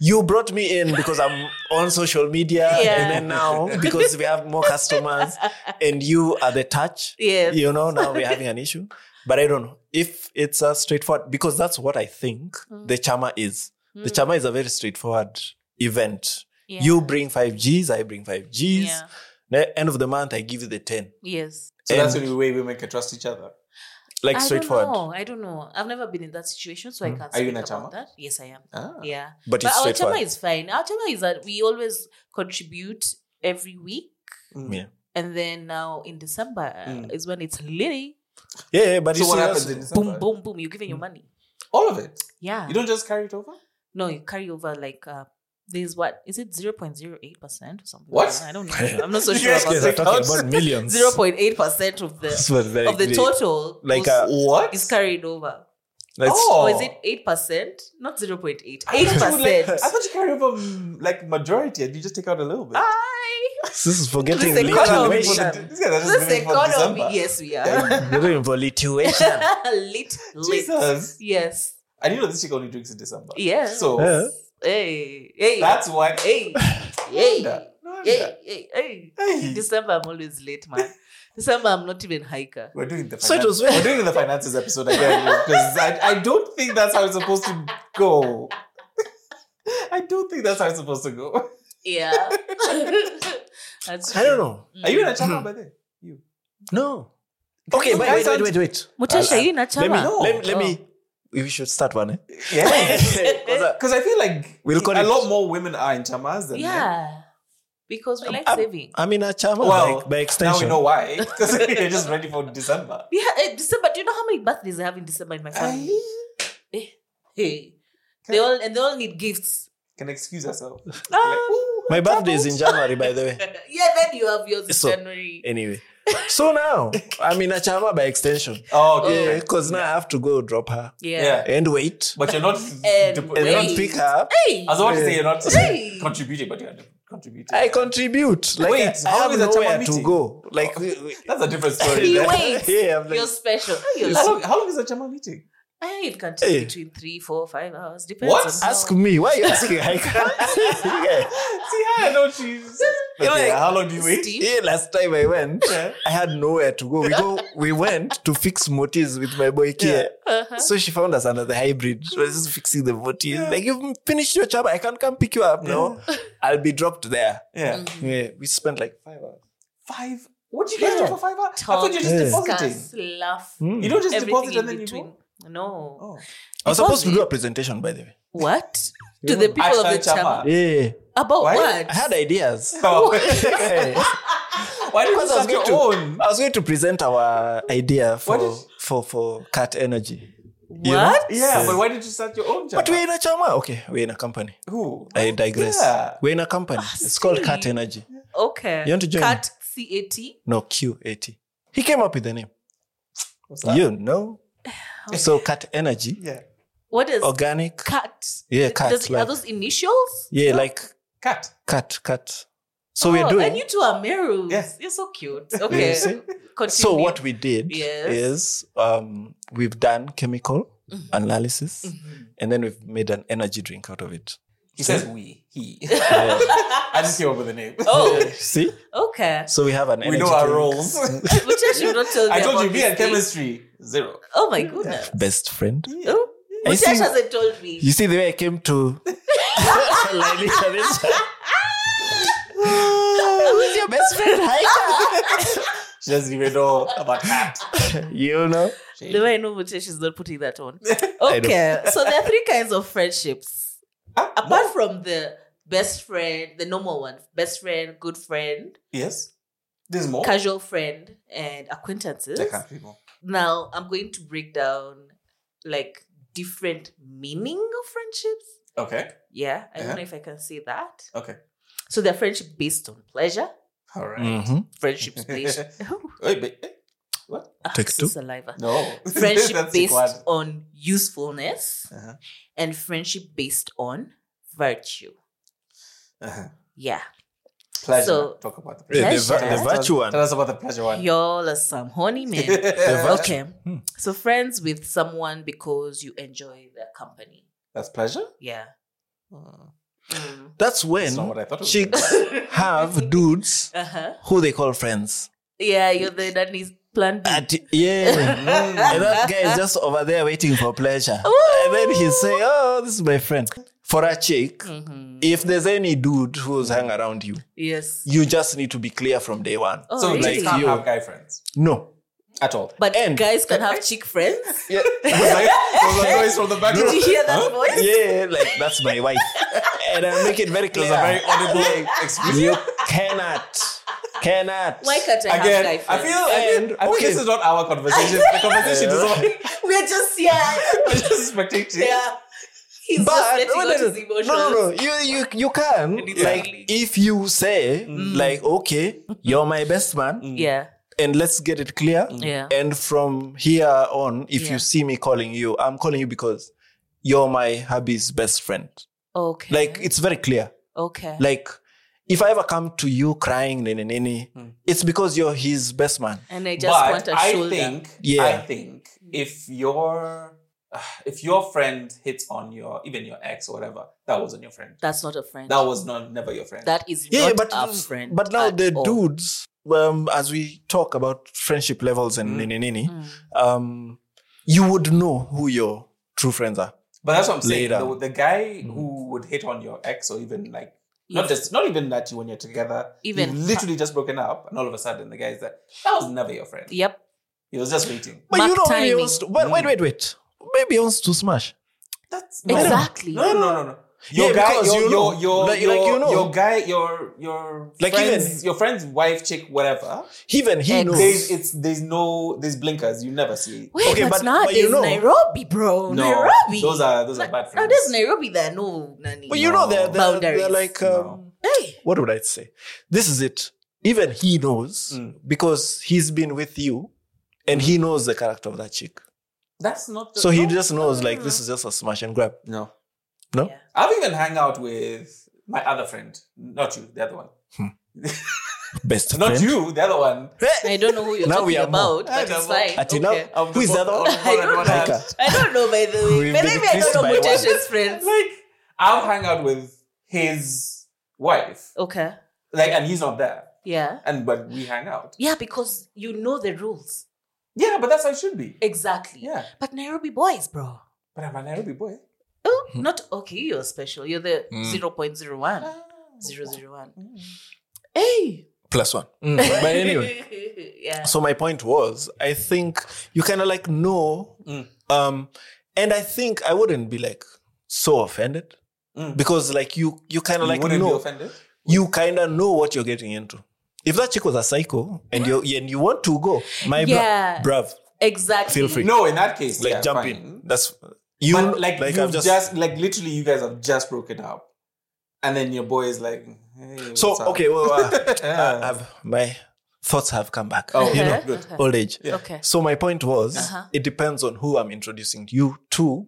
C: you brought me in because I'm on social media.
B: Yeah.
C: And then now, because we have more
B: [LAUGHS]
C: customers and you are the touch,
B: Yes.
C: you know, now we're having an issue. But I don't know if it's a straightforward, because that's what I think
B: Mm.
C: the Chama is. The Chama is a very straightforward event.
B: Yeah.
C: You bring 5Gs, I bring 5Gs.
B: Yeah.
C: The end of the month, I give you the 10.
B: Yes.
A: So that's
C: And-
A: the way women can trust each other.
C: Like
B: I
C: straightforward.
B: Don't know. I don't know. I've never been in that situation, so I can't.
A: Are you in
B: speak
A: a
B: about
A: chama?
B: That. Yes, I am.
A: Ah.
B: Yeah.
C: But
B: but
C: it's
B: our
C: straightforward.
B: chama is fine. Our chama is that we always contribute every week,
A: Mm.
C: Yeah.
B: and then now in December uh,
A: Mm.
B: is when it's lily.
C: yeah, yeah, but
A: So
C: it's
A: what
C: that's-
A: happens in December?
B: Boom, boom, boom. You're giving your money.
A: All of it.
B: Yeah.
A: You don't just carry it over?
B: No, you carry over like uh, this. What is it? Zero point zero eight percent or something.
A: What?
B: I
A: [LAUGHS]
B: don't know. I'm not so
A: You
B: sure
A: guys
B: about
C: Yes,
A: can
B: that.
C: I'm talking
A: Accounts.
C: about millions.
B: [LAUGHS] Zero point eight percent of the
C: That's what very
B: of the
C: great.
B: total
C: Like
B: goes-
C: a-
A: What?
B: is carried over.
C: That's-
A: uh, Oh.
B: Or is it eight percent? Not zero point eight.
A: I
B: Eight
A: thought you would,
B: percent.
A: Like, I thought you carry over mm, like majority and you just take out a little bit.
B: Ah, I
C: This is forgetting
B: This economy.
A: These
C: Lithuanian.
A: guys are just
B: this
A: living for
B: economy.
A: December.
B: Yes, we are.
A: Yeah.
C: [LAUGHS] You're going for Lithuanian.
B: [LAUGHS] lit, lit.
A: Jesus.
B: Yes,
A: I didn't know this chick only drinks in December.
B: yeah.
A: So
C: [LAUGHS] Yeah.
B: hey, hey,
A: that's why.
B: hey, hey,
A: Wonder, wonder.
B: hey, hey, hey.
A: Hey.
B: December, I'm always late, man. December, I'm not even hiker.
A: We're doing the
C: So it
A: finan-
C: was-
A: we're doing the finances episode again because I, I don't think that's how it's supposed to go. [LAUGHS] I don't think that's how it's supposed to go.
B: Yeah, [LAUGHS] that's.
C: I don't know.
B: true. Mm.
A: Are you in a channel by
B: [LAUGHS]
A: then?
C: No. Okay, wait, wait, wait, wait, wait.
B: Mutasha,
C: I'll-
B: are you in a
C: Let me,
B: chama?
A: No.
C: let, let me. Oh. We should start one. Eh? [LAUGHS]
A: Yeah.
C: Because
A: Because I feel like
C: We'll
A: a
C: connect.
A: lot more women are in chamas than men.
B: Yeah, because we like
C: I'm-
B: saving.
C: I'm in a chama
A: Well,
C: like, by
A: Now we
C: extension.
A: know why.
C: [LAUGHS]
A: Because they're just ready for December.
B: Yeah, eh, December. Do you know how many birthdays I have in December in my family?
A: I
B: Hey, they all and they all need gifts.
A: can excuse herself. Like,
B: Ah. [LAUGHS]
A: ooh,
C: My birthday is in January, by the way.
B: yeah, then you have yours in
C: So-
B: January.
C: Anyway. So now, I'm in a chama by extension.
A: Oh, okay.
C: Yeah, because now I have to go drop her
B: Yeah.
A: Yeah.
C: and wait.
A: But you're not. dep-
B: And
C: And
A: you're not
C: then
B: Wait.
C: pick her up.
B: Hey,
A: I was about to say you're not
B: Hey.
A: contributing, but you're contributing.
C: I contribute. Like,
A: Wait,
C: I, I
A: how
C: have
A: is a chama
C: nowhere to
A: meeting?
C: go. Like, we- we-
A: That's a different story.
C: [LAUGHS]
B: he
C: Yeah.
B: waits.
C: Yeah, I'm like-
B: you're
A: [LAUGHS]
B: special. You're
A: how,
B: so-
A: long, how long is a chama meeting?
B: Eh, it can take
C: Hey.
B: between three, four, five hours. Depends.
A: What?
B: On how-
C: ask me. Why are you asking? I
A: [LAUGHS]
C: can't. yeah.
A: See how I know she's.
C: You're
A: Okay,
C: like,
A: how long do you wait?
B: Steve?
C: yeah, last time I went,
A: Yeah.
C: I had nowhere to go. We go, we went to fix motis with my boy Kia.
B: Uh-huh.
C: So she found us under the hybrid. She was just fixing the motis.
A: Yeah.
C: Like you've finished your job, I can't come pick you up. No, I'll be dropped there.
A: Yeah.
B: Mm.
C: Yeah, we spent like five hours.
A: Five. What do you guys
C: Yeah.
A: do for five hours? I
B: Talk,
A: thought you're just
C: Yeah.
A: depositing. Hmm.
B: discuss, laugh.
C: Mm.
A: You don't just
B: everything
A: deposit and
B: in
A: then you
B: between.
A: go.
B: No.
A: Oh. [LAUGHS]
C: I was supposed to
B: Because-
C: do a presentation, by the way.
B: What?
C: You
B: To the
C: know.
B: people of the
A: Actually,
B: chama.
A: chama.
C: Yeah,
B: About
A: Why?
B: what?
C: I had ideas.
A: [LAUGHS] So,
C: Yeah.
A: why did you
C: Because I was
A: start your
C: going to-
A: own?
C: I was going to present our idea
A: What
C: for
A: is-
C: for for Cat Energy. You know?
B: what?
A: Yeah, but why did you start your own chama?
C: But we're in a chama. Okay, we're in a company.
A: Who?
C: I digress.
A: Yeah.
C: We're in a company. It's called Cat Energy.
B: Okay.
C: You want to join?
B: Cat C A T.
C: No, QAT. He came up with the name.
A: What's that?
C: You know. So Cat Energy,
A: Yeah.
B: What is
C: organic.
B: cat?
C: Yeah, cat,
B: Does, Are
C: like-
B: those initials?
C: Yeah, like
A: Cat.
C: cat, cat. So
B: Oh,
C: we're
B: And
C: doing.
B: you two are Merus.
A: Yeah.
B: You're so cute.
C: [LAUGHS] you
B: Okay.
C: see?
B: Continue.
C: So what we did
B: Yes.
C: is um, we've done chemical analysis,
B: Mm-hmm.
C: and then we've made an energy drink out of it.
A: He says we. He.
C: Yeah.
A: [LAUGHS] I just came up with a name.
B: [LAUGHS]
A: [LAUGHS]
B: Oh,
C: See,
B: okay.
C: so we have an.
A: we
C: energy
A: know our
C: drink. [LAUGHS]
A: roles.
B: Which I should not tell
A: I
B: me
A: told
B: about
A: you, me
B: these
A: and
B: things.
A: chemistry, zero.
B: Oh my goodness.
C: Best friend.
A: Yeah.
B: Oh,
C: I
B: Which
C: see-
B: hasn't told me.
C: You see the way I came to. [LAUGHS] like, literally, Who's your best friend? Hi,
A: [LAUGHS] She doesn't even know about cat.
C: Kat. [LAUGHS] you know.
A: She-
B: The way I know Mutesh is not putting that on.
C: [LAUGHS] I
B: Okay. so there are three kinds of friendships.
A: Ah,
B: Apart from the best friend, the normal one, best friend, good friend,
A: Yes. There's more.
B: casual friend and acquaintances.
A: They can't people.
B: Now I'm going to break down like different meaning of friendships.
A: Okay.
B: Yeah, I
A: Uh-huh.
B: don't know if I can say that.
A: Okay.
B: So they're friendship based on pleasure,
A: All right.
C: Mhm.
A: [LAUGHS]
B: friendships based.
A: Wait, but, eh, what?
B: Ah,
C: Take
B: this
C: two.
B: is saliva.
A: No.
B: Friendship
A: [LAUGHS] That's
B: based
A: required.
B: on usefulness
A: Uh-huh.
B: and friendship based on virtue.
A: Uh-huh.
B: Yeah,
A: Pleasure.
B: So-
A: Talk about the
C: The,
A: pleasure.
C: the, vir-
B: Pleasure.
C: the virtue one.
A: Tell us about the pleasure one.
B: y'all are some horny men.
C: virtue.
B: okay,
C: Hmm.
B: so friends with someone because you enjoy their company.
A: That's pleasure?
B: Yeah. Mm. [LAUGHS]
C: That's
A: That's not what
C: when
A: I thought it was.
C: chicks have dudes
B: Uh huh.
C: who they call friends.
B: Yeah, you're the that needs plan
C: [LAUGHS]
B: B.
C: At,
B: [LAUGHS]
C: yeah. and that guy is just over there waiting for pleasure. And then he say, "Oh, this is my friend." For a chick,
B: Mhm.
C: if there's any dude who's hang around you,
B: [LAUGHS] Yes.
C: you just need to be clear from day one.
B: [LAUGHS] Oh,
A: so
B: really?
A: chicks can't
C: you.
A: have guy friends
C: No.
A: at all.
B: but
C: and-
B: guys can have chick friends.
A: [LAUGHS]
C: Yeah.
A: It was like, it was like noise from the background.
B: Did you hear that voice?
C: yeah, like that's my wife. And I make it very
A: It was
C: clear.
A: a very
B: [LAUGHS]
A: audible excuse.
C: you cannot. Cannot.
B: Why can't I
A: Again,
B: have guy
A: I
B: friends?
A: feel, I feel,
C: And-
A: I feel
C: okay.
A: this is not our conversation. The conversation is [LAUGHS] on.
B: [LAUGHS] We're just yeah,
A: I'm just spectating.
B: yeah. He's just
C: But
B: letting
C: no, no,
B: out
C: no.
B: his emotions.
C: no, no, no. You, you, you can.
B: And it's
C: Like,
B: ugly.
C: if you say,
B: Mm.
C: like, okay, you're my best man,
A: Mm.
B: Yeah,
C: and let's get it clear.
B: yeah,
C: And from here on, if
B: Yeah.
C: you see me calling you, I'm calling you because you're my hubby's best friend.
B: okay,
C: Like, it's very clear.
B: okay,
C: Like, if I ever come to you crying, nene, nene,
B: Hmm.
C: it's because you're his best man.
B: and I just want
A: But
B: a
A: I
B: shoulder.
A: think,
C: Yeah.
A: I think if your [SIGHS] if your friend hits on your even your ex or whatever, that wasn't your friend.
B: That's not a friend.
A: That was not never your friend.
B: that is
C: Yeah,
B: not
C: but
B: a friend.
C: but now
B: at
C: the
B: all.
C: dudes, um, as we talk about friendship levels and nene, nene,
B: Mm.
C: um, you would know who your true friends are.
A: but that's what I'm saying.
C: Later. Mm.
A: The, the guy who would hit on your ex or even like not
B: Yes.
A: just not even that you when you're together,
B: Even-
A: you've literally just broken up, and all of a sudden the guy's that that was never your friend.
B: Yep.
A: He was just waiting.
C: But
B: Mark
C: you know, maybe he
B: timing. Mm.
C: wants to, wait, wait, wait, wait. Maybe he wants to smash.
A: That's
B: Exactly.
A: No, no, no, no. Your
C: Yeah,
A: guy,
C: because
A: your, your,
C: you know.
A: your,
C: Like-
A: your,
C: like you know.
A: your guy, your, your,
C: Like
A: friend's,
C: even-
A: your friend's wife, chick, whatever.
C: Even he
B: Ex-
C: knows.
A: There's, it's, there's no, there's blinkers. You never see.
B: Wait,
C: Okay,
B: but,
C: but-
B: now
C: but you
B: there's
C: know-
B: Nairobi, bro.
A: No,
B: Nairobi.
A: those are- those are bad
B: Now
A: friends.
B: there's Nairobi. There are no. Nani.
C: But you know, they're, they're, they're
B: Boundaries.
C: like, um,
A: No.
B: Hey.
C: what would I say? This is it. Even he knows
A: Mm.
C: because he's been with you and he knows the character of that chick.
A: That's not. The,
C: So he
A: no.
C: just knows, like, this is just a smash and grab.
A: No.
C: No?
B: Yeah.
A: I've even hung out with my other friend. Not you, the other one.
C: Best
A: Not
C: friend.
A: you, the other one.
B: I don't know who you're
C: Now
B: talking
C: we are more.
B: about, but
A: I
B: it's
A: know.
B: fine.
C: At
B: okay.
C: now,
A: Of
C: who
A: the
C: is the other
A: bo-
C: one?
A: of the
B: I
A: bo-
B: don't
A: one hand.
C: know.
B: I don't know, by the way.
C: We've
B: But
C: been
B: maybe I
C: increased
B: don't know
C: by one.
B: Mutesha's friends.
A: Like I've hung out with his wife,
B: Okay.
A: like, and he's not there,
B: Yeah.
A: and but we hang out.
B: Yeah, because you know the rules.
A: Yeah, but that's how it should be.
B: Exactly.
A: Yeah,
B: But Nairobi boys, bro.
A: but I'm a Nairobi boy.
B: Oh,
C: Hmm.
B: not okay, you're special. You're the
C: Mm.
B: 0.01.
A: Ah.
B: 001.
A: Mm.
B: Hey.
C: Plus one. Mm. But anyway.
B: [LAUGHS] yeah.
C: So my point was, I think you kind of like know,
A: Mm.
C: um, and I think I wouldn't be like so offended
A: Mm.
C: because like you, you kind
A: You
C: of like
A: wouldn't be
C: know,
A: offended.
C: you kind of know what you're getting into. If that chick was a psycho and you and you want to go, my bra-
B: Yeah.
C: bruv,
B: Exactly. [LAUGHS]
C: Feel free.
A: No, in that case,
C: like
A: yeah,
C: jump
A: fine.
C: in. That's you.
A: but like,
C: like
A: you've
C: I've
A: just,
C: just,
A: like literally you guys have just broken up, and then your boy is like, hey,
C: so
A: what's up?
C: okay. Well, uh,
A: [LAUGHS] Yeah.
C: I- I've, my thoughts have come back.
A: Oh,
C: you know,
B: Okay.
A: good.
C: [LAUGHS] old age.
A: Yeah.
B: Okay.
C: So my point was,
B: Uh-huh.
C: it depends on who I'm introducing you to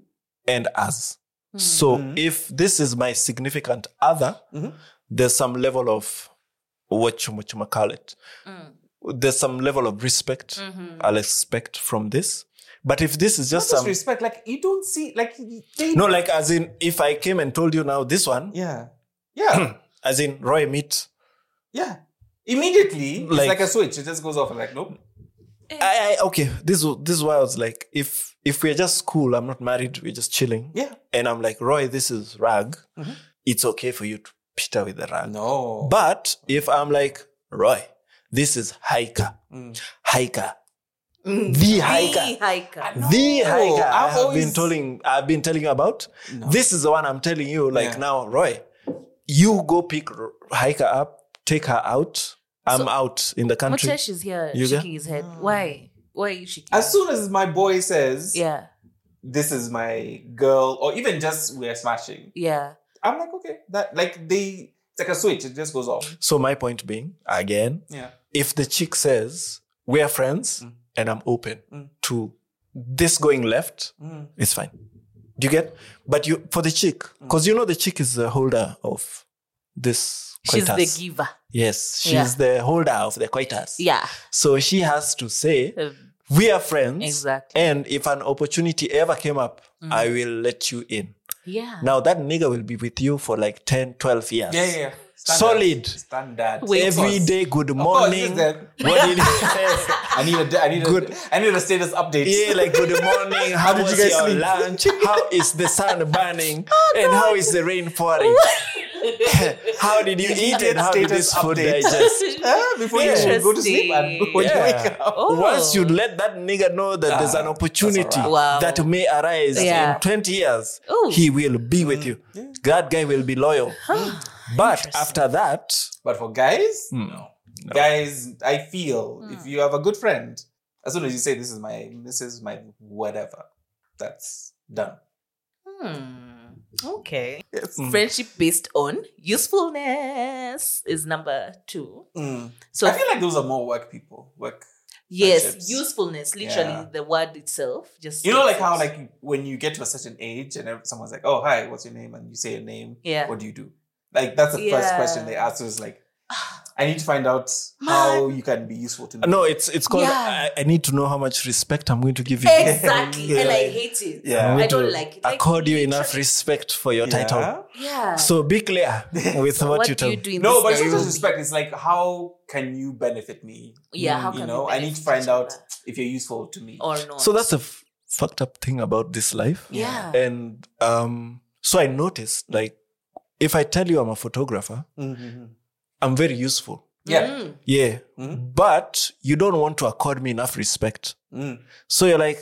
C: and us. So
A: Mhm.
C: if this is my significant other,
A: Mhm.
C: there's some level of what you what you might call it.
B: Mm.
C: There's some level of respect
B: Mhm.
C: I'll expect from this. But if this is
A: Mm. Not
C: just
A: just
C: some
A: respect. Like you don't see like they,
C: no, like as in if I came and told you now this one,
A: yeah,
C: [CLEARS THROAT]
A: yeah,
C: as in Roy meet,
A: yeah. Immediately, it's
C: Like-
A: like a switch. It just goes off and like, nope.
C: I, I okay. This wa- this is why I was like, if if we're just cool, I'm not married, we're just chilling,
A: Yeah, Mm-hmm.
C: and I'm like Roy, this is rag. It's okay for you to peter with the rag.
A: no.
C: But if I'm like, Roy, this is hiker,
A: Mm.
C: hiker,
B: Mm.
C: the
B: The
C: hiker,
B: hiker.
C: the
A: No,
C: hiker. I
A: I've
C: have been
A: always-
C: telling, I've been telling you about.
A: No.
C: This is the one I'm telling you. Like
A: Yeah.
C: now, Roy, you go pick R- hiker up, take her out. I'm
B: So-
C: out in the country.
B: Mutesh is here
C: Yuga?
B: shaking his head. Why? Why are you shaking?
A: As soon as my boy says,
B: yeah,
A: this is my girl, or even just we're smashing,
B: yeah.
A: I'm like, okay, that like they it's like a switch, it just goes off.
C: So my point being, again,
A: Yeah.
C: if the chick says we are friends
A: Mm.
C: and I'm open
A: Mm.
C: to this going left,
A: Mm.
C: it's fine. Do you get? But you for the chick,
B: Mm.
C: because you know the chick is the holder of this
B: She's
C: coitus.
B: the giver.
C: yes, she's
B: Yeah.
C: the holder of the coitus.
B: Yeah,
C: So she has to say
B: Um,
C: we are friends.
B: exactly. Mm.
C: And if an opportunity ever came up, I will let you in.
B: Yeah.
C: Now that nigga will be with you for like 10, 12 years.
A: Yeah, yeah, yeah.
C: Solid.
A: Standard.
B: Wait,
A: Of course.
C: Every day, good
A: Of course, this
C: morning.
A: is the- [LAUGHS]
C: What did you
A: I need a I need a
C: Good.
A: I need a status update.
C: Yeah, like good
A: [LAUGHS]
C: morning. How,
A: did you
C: was
A: guys
C: your
A: sleep? Oh,
C: lunch? How is the
A: [LAUGHS]
C: sun burning? and how is the rain pouring? [LAUGHS] how did you eat
A: needed
C: and how did
A: status
C: this food
A: update. [LAUGHS]
C: digest?
B: [LAUGHS]
A: Ah, before you
C: Yeah.
A: go to sleep and when
C: Yeah.
A: you wake up.
B: Oh.
C: Once you let that nigga know that there's an
A: Ah,
C: opportunity
A: that's all
B: right. Wow.
C: that may arise
B: Yeah.
C: in 20 years,
B: Ooh.
C: he will
A: Mm.
C: be with you. That guy will be loyal. but after that,
A: But for guys, no. Guys, I feel
B: Hmm.
A: if you have a good friend, as soon as you say this is my this is my whatever, that's done.
B: Hmm. Okay.
A: Yes.
C: Hmm.
B: Friendship based on usefulness is number two.
A: Mm.
B: So
A: I feel like those are more work people. Work.
B: yes,
A: friendships.
B: usefulness. Literally,
A: Yeah.
B: the word itself. Just
A: You know, like
B: says
A: how
B: it.
A: like when you get to a certain age and ev- someone's like, "Oh, hi, what's your name?" and you say your name.
B: Yeah. [SIGHS]
A: What do you do? Like that's the first
B: Yeah.
A: question they ask. Is like, I need to find out how you can be useful to me.
C: no, it's it's called
B: Yeah.
C: I, I need to know how much respect I'm going to give you.
B: exactly,
A: Yeah.
B: and I hate it.
A: Yeah.
B: I
C: need
B: don't
C: to
B: like it. Like,
C: Accord you enough
B: literally-
C: respect for your
A: Yeah. [LAUGHS]
C: title.
B: Yeah.
C: So be clear with
B: So
C: what,
B: what
C: you
B: do
C: tell.
B: you do in
A: No,
B: this
A: but it's not
B: Nairobi?
A: just respect. It's like, how can you benefit me?
B: Yeah, how
A: you
B: can we
A: know, I need to
B: benefit
A: find
B: each
A: out
B: other?
A: if you're useful to me.
B: or not.
C: So that's a f- fucked up thing about this life.
B: yeah.
C: And um, so I noticed, like, if I tell you I'm a photographer,
A: Mhm.
C: I'm very useful.
A: Yeah.
B: Mm.
C: Yeah.
A: Mhm.
C: But you don't want to accord me enough respect.
A: Mm.
C: So you're like,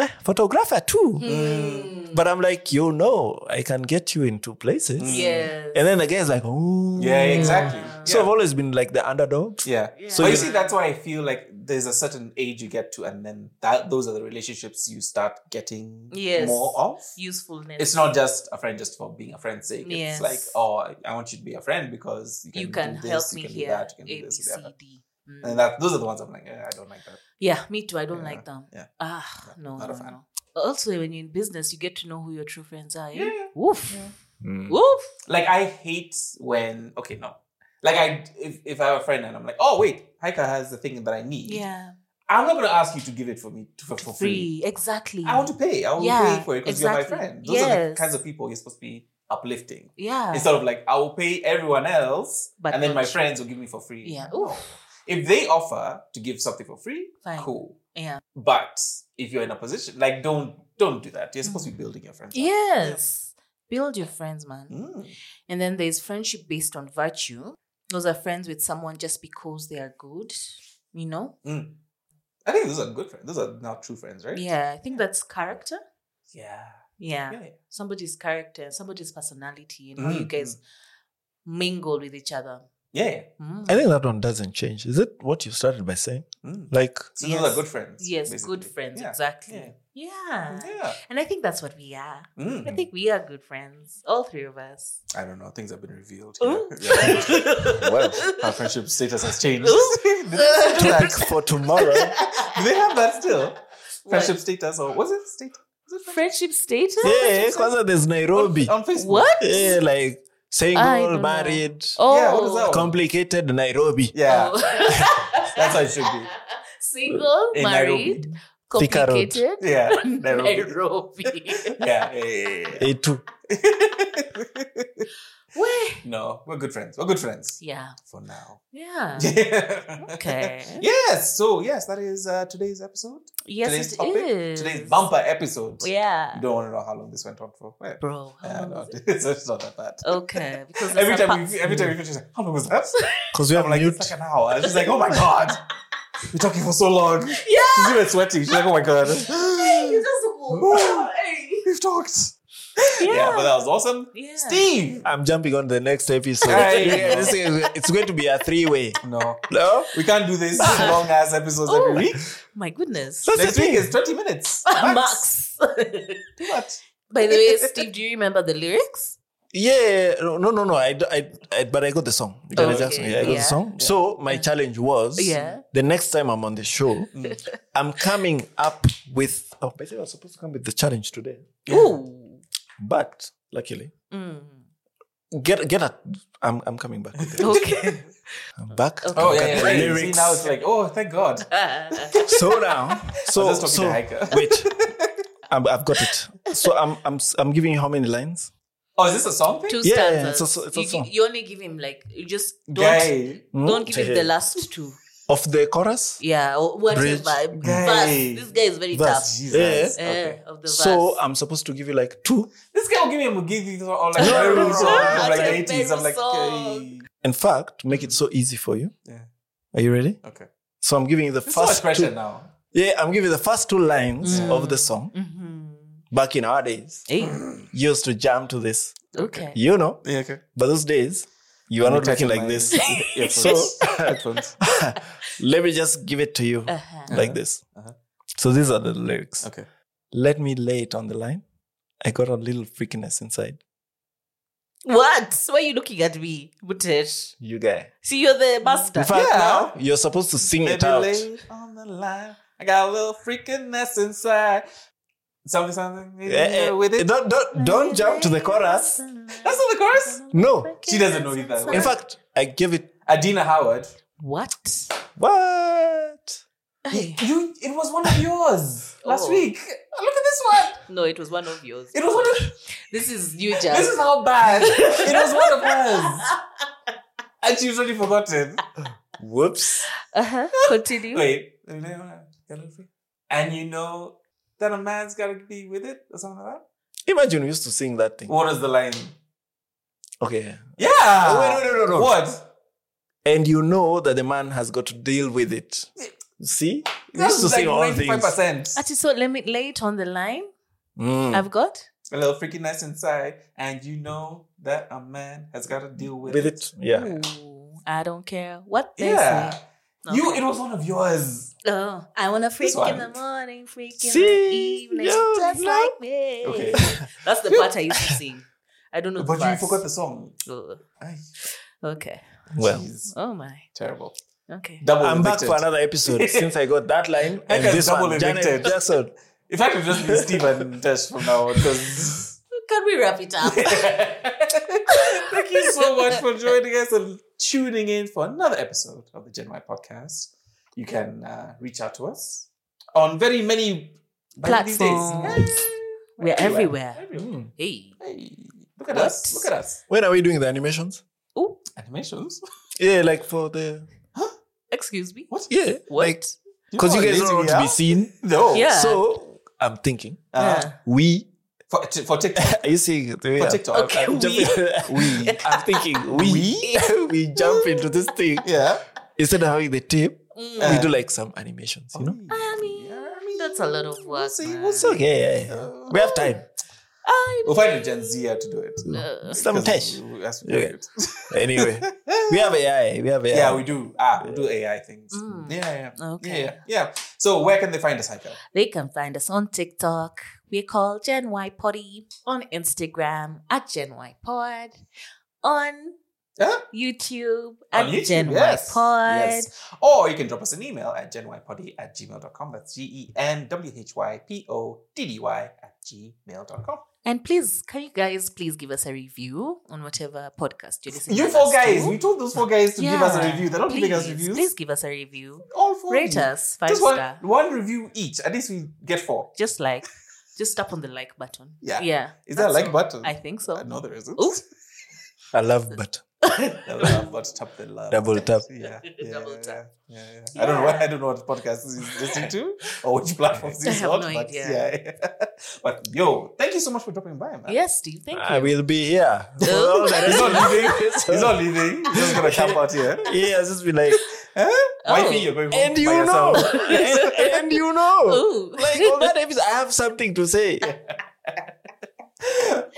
C: eh, photographer too.
A: Hmm.
B: Mm.
C: But I'm like, you know, I can get you into places.
B: Yes.
C: And then the guy's like, oh.
A: Hmm. Yeah, exactly.
C: So I've
A: Yeah.
C: always been like the underdog.
A: Yeah.
B: So
A: So but you
B: you-
A: see, that's why I feel like there's a certain age you get to, and then that those are the relationships you start getting
B: Yes.
A: more of.
B: Usefulness.
A: It's not just a friend just for being a friend's sake.
B: Yes.
A: It's like, oh, I, I want you to be a friend because you can,
B: You can
A: do this,
B: help
A: you
B: me
A: can
B: here.
A: do that, you
B: A
A: can
B: B
A: do this, you
B: C
A: can that.
B: D. Mm.
A: And that those are the ones I'm like, eh, I don't like that.
B: Yeah, me too. I don't
A: Yeah,
B: like them.
A: yeah.
B: Ah, no,
A: not
B: no,
A: a fan.
B: no. Also, when you're in business, you get to know who your true friends are. Yeah.
A: Yeah.
B: Woof.
C: Mm.
B: Woof.
A: Like I hate when okay, no. Like I if, if I have a friend and I'm like, oh wait, Haika has the thing that I need.
B: Yeah.
A: I'm not gonna ask you to give it for me to, for, for free.
B: Free. Exactly.
A: I want to pay. I will
B: Yeah,
A: pay for it because you're
B: exactly.
A: my friend. Those are the
B: Yes.
A: kinds of people you're supposed to be uplifting.
B: Yeah.
A: Instead of like, I will pay everyone else,
B: But
A: and then
B: not
A: my
B: you.
A: friends will give me for free.
B: Yeah.
A: No.
B: Oof.
A: If they offer to give something for free,
B: Fine.
A: cool.
B: Yeah.
A: But if you're in a position, like, don't don't do that. You're supposed to
B: Mm.
A: be building your friends. up.
B: Yes. Build your friends, man.
A: Mm.
B: And then there's friendship based on virtue. Those are friends with someone just because they are good. You know?
A: Mm. I think those are good friends. Those are not true friends, right?
B: Yeah. I think that's character.
A: Yeah.
B: Yeah.
A: Yeah.
B: Somebody's character, somebody's personality, and how
A: Mm,
B: you guys mingle with each other.
A: Yeah.
B: Mm.
C: I think that one doesn't change. Is it what you started by saying?
A: Mm.
C: Like,
A: So
B: Yes.
A: those are good friends.
B: Yes, good
A: basically.
B: friends,
A: Yeah.
B: exactly. Yeah.
A: Yeah.
B: And I think that's what we are.
A: Mm.
B: I think we are good friends, all three of
A: [LAUGHS]
B: us.
A: I don't know. Things have been revealed.
B: Ooh.
A: here. [LAUGHS] Yeah.
C: well,
A: Our friendship status has changed. [LAUGHS]
B: Ooh.
A: do,
B: [LAUGHS]
A: they,
C: like [LAUGHS] for tomorrow.
A: [LAUGHS] do they have that still?
B: What?
A: Friendship status or was it status?
B: Friendship status?
C: yeah, because there's Nairobi.
A: On Facebook.
B: What?
C: Yeah, like
B: Oh, I don't
C: single,
B: know.
C: married,
B: Oh,
A: Yeah, what is that one?
C: complicated Nairobi.
A: Yeah.
B: Oh.
A: [LAUGHS] That's how it should be. Uh,
B: Single,
A: In
B: married,
C: Thicker road.
B: complicated. [LAUGHS]
A: Yeah. Nairobi. [LAUGHS]
B: Nairobi.
A: Yeah. yeah, yeah, yeah,
C: A2.
A: yeah. [LAUGHS]
B: Where?
A: no, we're good friends. We're good friends
B: Yeah.
A: for now.
B: Yeah. Uh. Okay.
A: [LAUGHS] Yes. So yes, that is uh, today's episode.
B: Yes,
A: today's
B: it
A: topic.
B: is.
A: Today's bumper episode.
B: Yeah.
A: You don't want to know how long this went on for. Well,
B: Bro. how
A: yeah,
B: long
A: no,
B: is it?
A: it's, [LAUGHS] it's not that bad.
B: Okay.
A: [LAUGHS]
B: Because it's
A: Every
B: a
A: time,
B: [GASPS] part-
A: we, every time we finish, it's like, how long was that?
C: Because we have
A: I'm like,
C: mute.
A: it's like an hour. She's like, oh my god, we're talking for so long.
B: Yeah. [LAUGHS]
A: She's even sweating. She's like, oh my god,
B: Hey, you just
A: Ooh.
B: Hey.
A: we've talked.
B: Yeah.
A: Yeah, but that was awesome.
B: Yeah.
A: Steve!
C: I'm jumping on the next episode.
A: Ah, yeah.
C: [LAUGHS] This is- it's going to be a three way.
A: No,
C: No?
A: we can't do
B: [LAUGHS]
A: this long ass episodes every
B: Oh.
A: week.
B: My goodness.
C: That's
A: Next
C: the
A: week
C: thing.
A: is 20
B: [LAUGHS]
A: minutes.
B: Max.
A: Too much.
B: By the way, Steve, do you remember the lyrics?
C: Yeah, no, no, no. I, d- I- I- but I got the song. Janet
A: Okay.
C: Jackson. Yeah, I got
B: Yeah.
C: the song. So my challenge was,
B: Yeah. Mm.
C: the next time I'm on the show,
B: [LAUGHS]
C: I'm coming up with. Oh, by the way, I was supposed to come with the challenge today,
B: Ooh.
C: but luckily,
B: Mm.
C: get get a. I'm I'm coming back. With it.
B: Oh, Okay.
A: [LAUGHS]
B: [LAUGHS]
C: I'm back.
B: Okay.
A: Oh,
C: Look
A: yeah,
C: at
A: yeah,
C: the
A: yeah. You See,
C: lyrics.
A: now it's like, oh, thank God.
C: so
A: [LAUGHS]
C: now, so
A: just talking
C: so
A: to Haika.
C: wait, I'm, I've got it. So I'm I'm s- I'm giving you how many lines?
A: Oh, is this a song thing?
B: Two
C: Yeah, yeah,
B: stanzas.
C: it's also- it's
B: you,
C: also-
B: gi- you only give him like you just don't
A: Guy.
C: Hmm?
B: don't give him the
C: Hey.
B: last two.
C: of the chorus.
B: Yeah, or whatever.
C: Bridge.
B: Verse.
A: Guy.
B: This guy is very
C: Verse.
B: tough.
C: Yeah.
A: Jesus.
B: Eh,
A: Okay.
B: of the
C: So um,
B: verse.
C: I'm supposed to give you like two,
A: This guy will give me a Mugithi or [LAUGHS] like
C: No, no,
A: Meru
C: no,
A: song
C: no.
A: from like
B: That's a
A: the 80s. I'm
B: Meru
A: like,
B: song.
C: in fact, to make it so easy for you.
A: Yeah.
C: Are you ready?
A: okay. okay.
C: So I'm giving you the
A: This is so much
C: first
A: pressure
C: two,
A: now.
C: yeah, I'm giving you the first two lines
B: Mm.
C: of the song.
B: hmm
C: Back in our days,
B: Hey.
C: you used to jam to this,
B: Eh, Okay.
C: you know.
A: Yeah, okay.
C: But those days, you are
A: Let me
C: not
A: touch
C: looking like
A: my
C: this.
A: [LAUGHS] earphones.
C: So-
A: Headphones.
C: Let me just give it to you
B: Uh-huh.
C: like this.
A: Uh-huh.
C: So these are the lyrics.
A: [LAUGHS] Okay.
C: Let me lay it on the line. I got a little freakiness inside.
B: What? Why are you looking at me, Butesh?
C: You guy.
B: See, you're the master.
C: In fact,
A: Yeah.
C: now you're supposed to sing it
A: Baby,
C: out.
A: lay on the line. I got a little freakiness inside. Something, something.
C: Eh, eh,
A: with it.
C: Don't, don't, don't jump to the
B: [LAUGHS]
C: chorus.
A: That's not the chorus.
C: No.
A: She doesn't know either.
C: In fact, I gave it.
A: Adina Howard.
B: What? Eh,
C: What?
B: Hey.
A: You. It was one of [LAUGHS] yours last
B: Oh.
A: week. Look at this one.
B: No, it was one of yours.
A: It was one of.
B: This is you, Jazz.
A: This is how [LAUGHS] bad. It was one of hers. [LAUGHS] And she's already forgotten.
C: Whoops.
B: uh-huh. Continue.
A: Wait. And you know that a man's got to be with it or something like that.
C: Imagine we used to sing that thing.
A: What is the line?
C: Okay.
A: Yeah.
C: Oh, wait, no, no, no,
A: Ah.
C: no.
A: What?
C: And you know that the man has got to deal with it. See? We used
A: That's
C: to
A: like
C: sing all things.
A: 95%.
B: Actually, so let me lay it on the line.
C: Mm.
B: I've got.
A: a little freakiness inside, and you know that a man has got to deal with,
C: With it. Yeah.
B: Ooh, I don't care what they
A: Yeah.
B: say.
A: You, it was one of yours.
B: Oh, I want to freak in
A: one.
B: the morning, freak in the
C: See?
B: evening,
C: Yeah,
B: just
C: no.
B: like me.
A: Okay.
B: That's the part I
A: [LAUGHS]
B: used to sing. I don't know.
A: but
B: the
A: you
B: verse.
A: forgot the song.
B: Oh,
A: Ay,
B: Okay.
C: Well,
A: jeez.
B: Oh my.
A: terrible.
B: Okay.
A: Double
C: I'm back
A: evicted.
C: for another episode since I got that line and
A: Okay,
C: this
A: double
C: one. Janet
A: evicted.
C: Jackson.
A: In fact, it'll just be Steve and Tesh from now on because.
B: Can we wrap it
A: [LAUGHS]
B: up?
A: Thank you so much for joining us and tuning in for another episode of the Gen Y podcast. You can uh, reach out to us on very many by these days.
B: Platforms.
A: Yeah.
B: We're everywhere.
A: Everywhere.
B: Hey.
A: Hey, look at
B: What?
A: us. Look at us.
C: When are we doing the animations?
B: Oh,
A: Animations.
C: Yeah, like for the.
B: excuse me.
A: What?
C: Yeah.
B: What?
C: Because you guys don't want to be seen.
A: No.
B: Yeah.
C: So I'm thinking
A: Uh,
B: Yeah.
C: we.
A: For, t- for
C: [LAUGHS]
A: TikTok.
C: Are you seeing the way
A: For
C: I'm-
A: TikTok.
B: Okay.
C: I'm
B: we.
C: jumping- [LAUGHS] we. I'm thinking we. [LAUGHS] We, jump into this thing
A: Yeah.
C: instead of having the tape.
B: [LAUGHS] Mm.
A: Uh,
C: we do like some animations, you know.
B: I mean, that's a lot of work.
A: We'll see.
B: man.
A: We'll see. Uh,
C: So yeah, yeah, yeah. we have time.
B: I
A: We'll find a Gen Z to do it.
B: uh,
C: Some
A: Because
C: tesh.
A: we- as we do
C: Yeah.
A: it.
C: Anyway,
A: [LAUGHS]
C: we have AI. We have AI.
A: Yeah, we do. Ah, we do AI things.
B: Mm.
A: Yeah, yeah.
B: Okay.
A: Yeah, yeah. yeah. So where can they find us, Haika?
B: They can find us on TikTok. We're called Gen Y Potty. On Instagram at Gen Y Pod. On
A: Huh?
B: YouTube at
A: On YouTube,
B: Gen
A: yes.
B: Y Pod.
A: Yes. Or you can drop us an email at genypoddy at gmail.com. That's E G-E-N-W-H-Y-P-O-D-D-Y at gmail.com.
B: And please, can you guys please give us a review on whatever podcast you're listening
A: You
B: to
A: four
B: us
A: guys,
B: to?
A: we told those four guys to give us a
B: Yeah.
A: review. They're not giving us
B: Please,
A: reviews.
B: Please give us a review.
A: All four. of
B: Rate
A: you.
B: us five
A: Just one,
B: star.
A: one review each. At least we get four.
B: Just like, just tap on the like button.
A: Yeah.
B: Yeah.
A: Is there a
B: that's
A: like
B: all.
A: button?
B: I think so.
A: Uh, no, there isn't.
B: Ooh.
A: [LAUGHS]
C: I love, but
A: The love, what tap the love.
C: Double tap.
A: Yeah. [LAUGHS] yeah
B: [LAUGHS] Double tap.
A: Yeah, yeah, yeah. I don't know. What,
B: Yeah.
A: I don't know what podcast
B: [LAUGHS]
A: he's listening to or which platforms
B: I
A: he's
B: have
A: on.
B: no
A: but
B: idea.
A: yeah, yeah. [LAUGHS] But yo, thank you so much for dropping by, man.
B: Yes, Steve. Thank
C: I
B: you.
C: will be here. for
B: Oh.
C: [LAUGHS] all the
A: He's
C: rest
A: [LAUGHS]
B: [LAUGHS]
A: not
C: of the
A: leaving.
C: episode.
A: He's
C: [LAUGHS]
A: not leaving. He's just gonna camp out here.
C: Yeah, I'll just be like,
A: Huh?
B: Oh.
A: Wifey, you're going home
C: and
A: by
C: you know,
A: yourself.
C: and, and you know, [LAUGHS]
B: Ooh.
C: like all that episode, I have something to say.
A: [LAUGHS]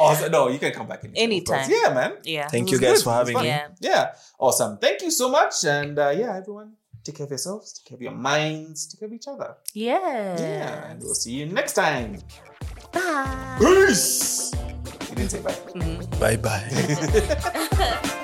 A: Awesome. No, you can come back anytime. of course.
B: Anytime.
A: Yeah, man.
B: Yeah.
C: Thank
A: It
C: you
A: was
C: guys
A: good.
C: for
A: It was
C: having
A: fun.
C: me.
B: Yeah.
A: Yeah. Awesome. Thank you so much. And uh, yeah, everyone, take care of yourselves, take care of your minds, take care of each other.
B: Yes.
A: Yeah. And we'll see you next time.
B: Bye.
A: Peace. You didn't say bye.
C: [LAUGHS]
B: Mhm.
C: Bye bye.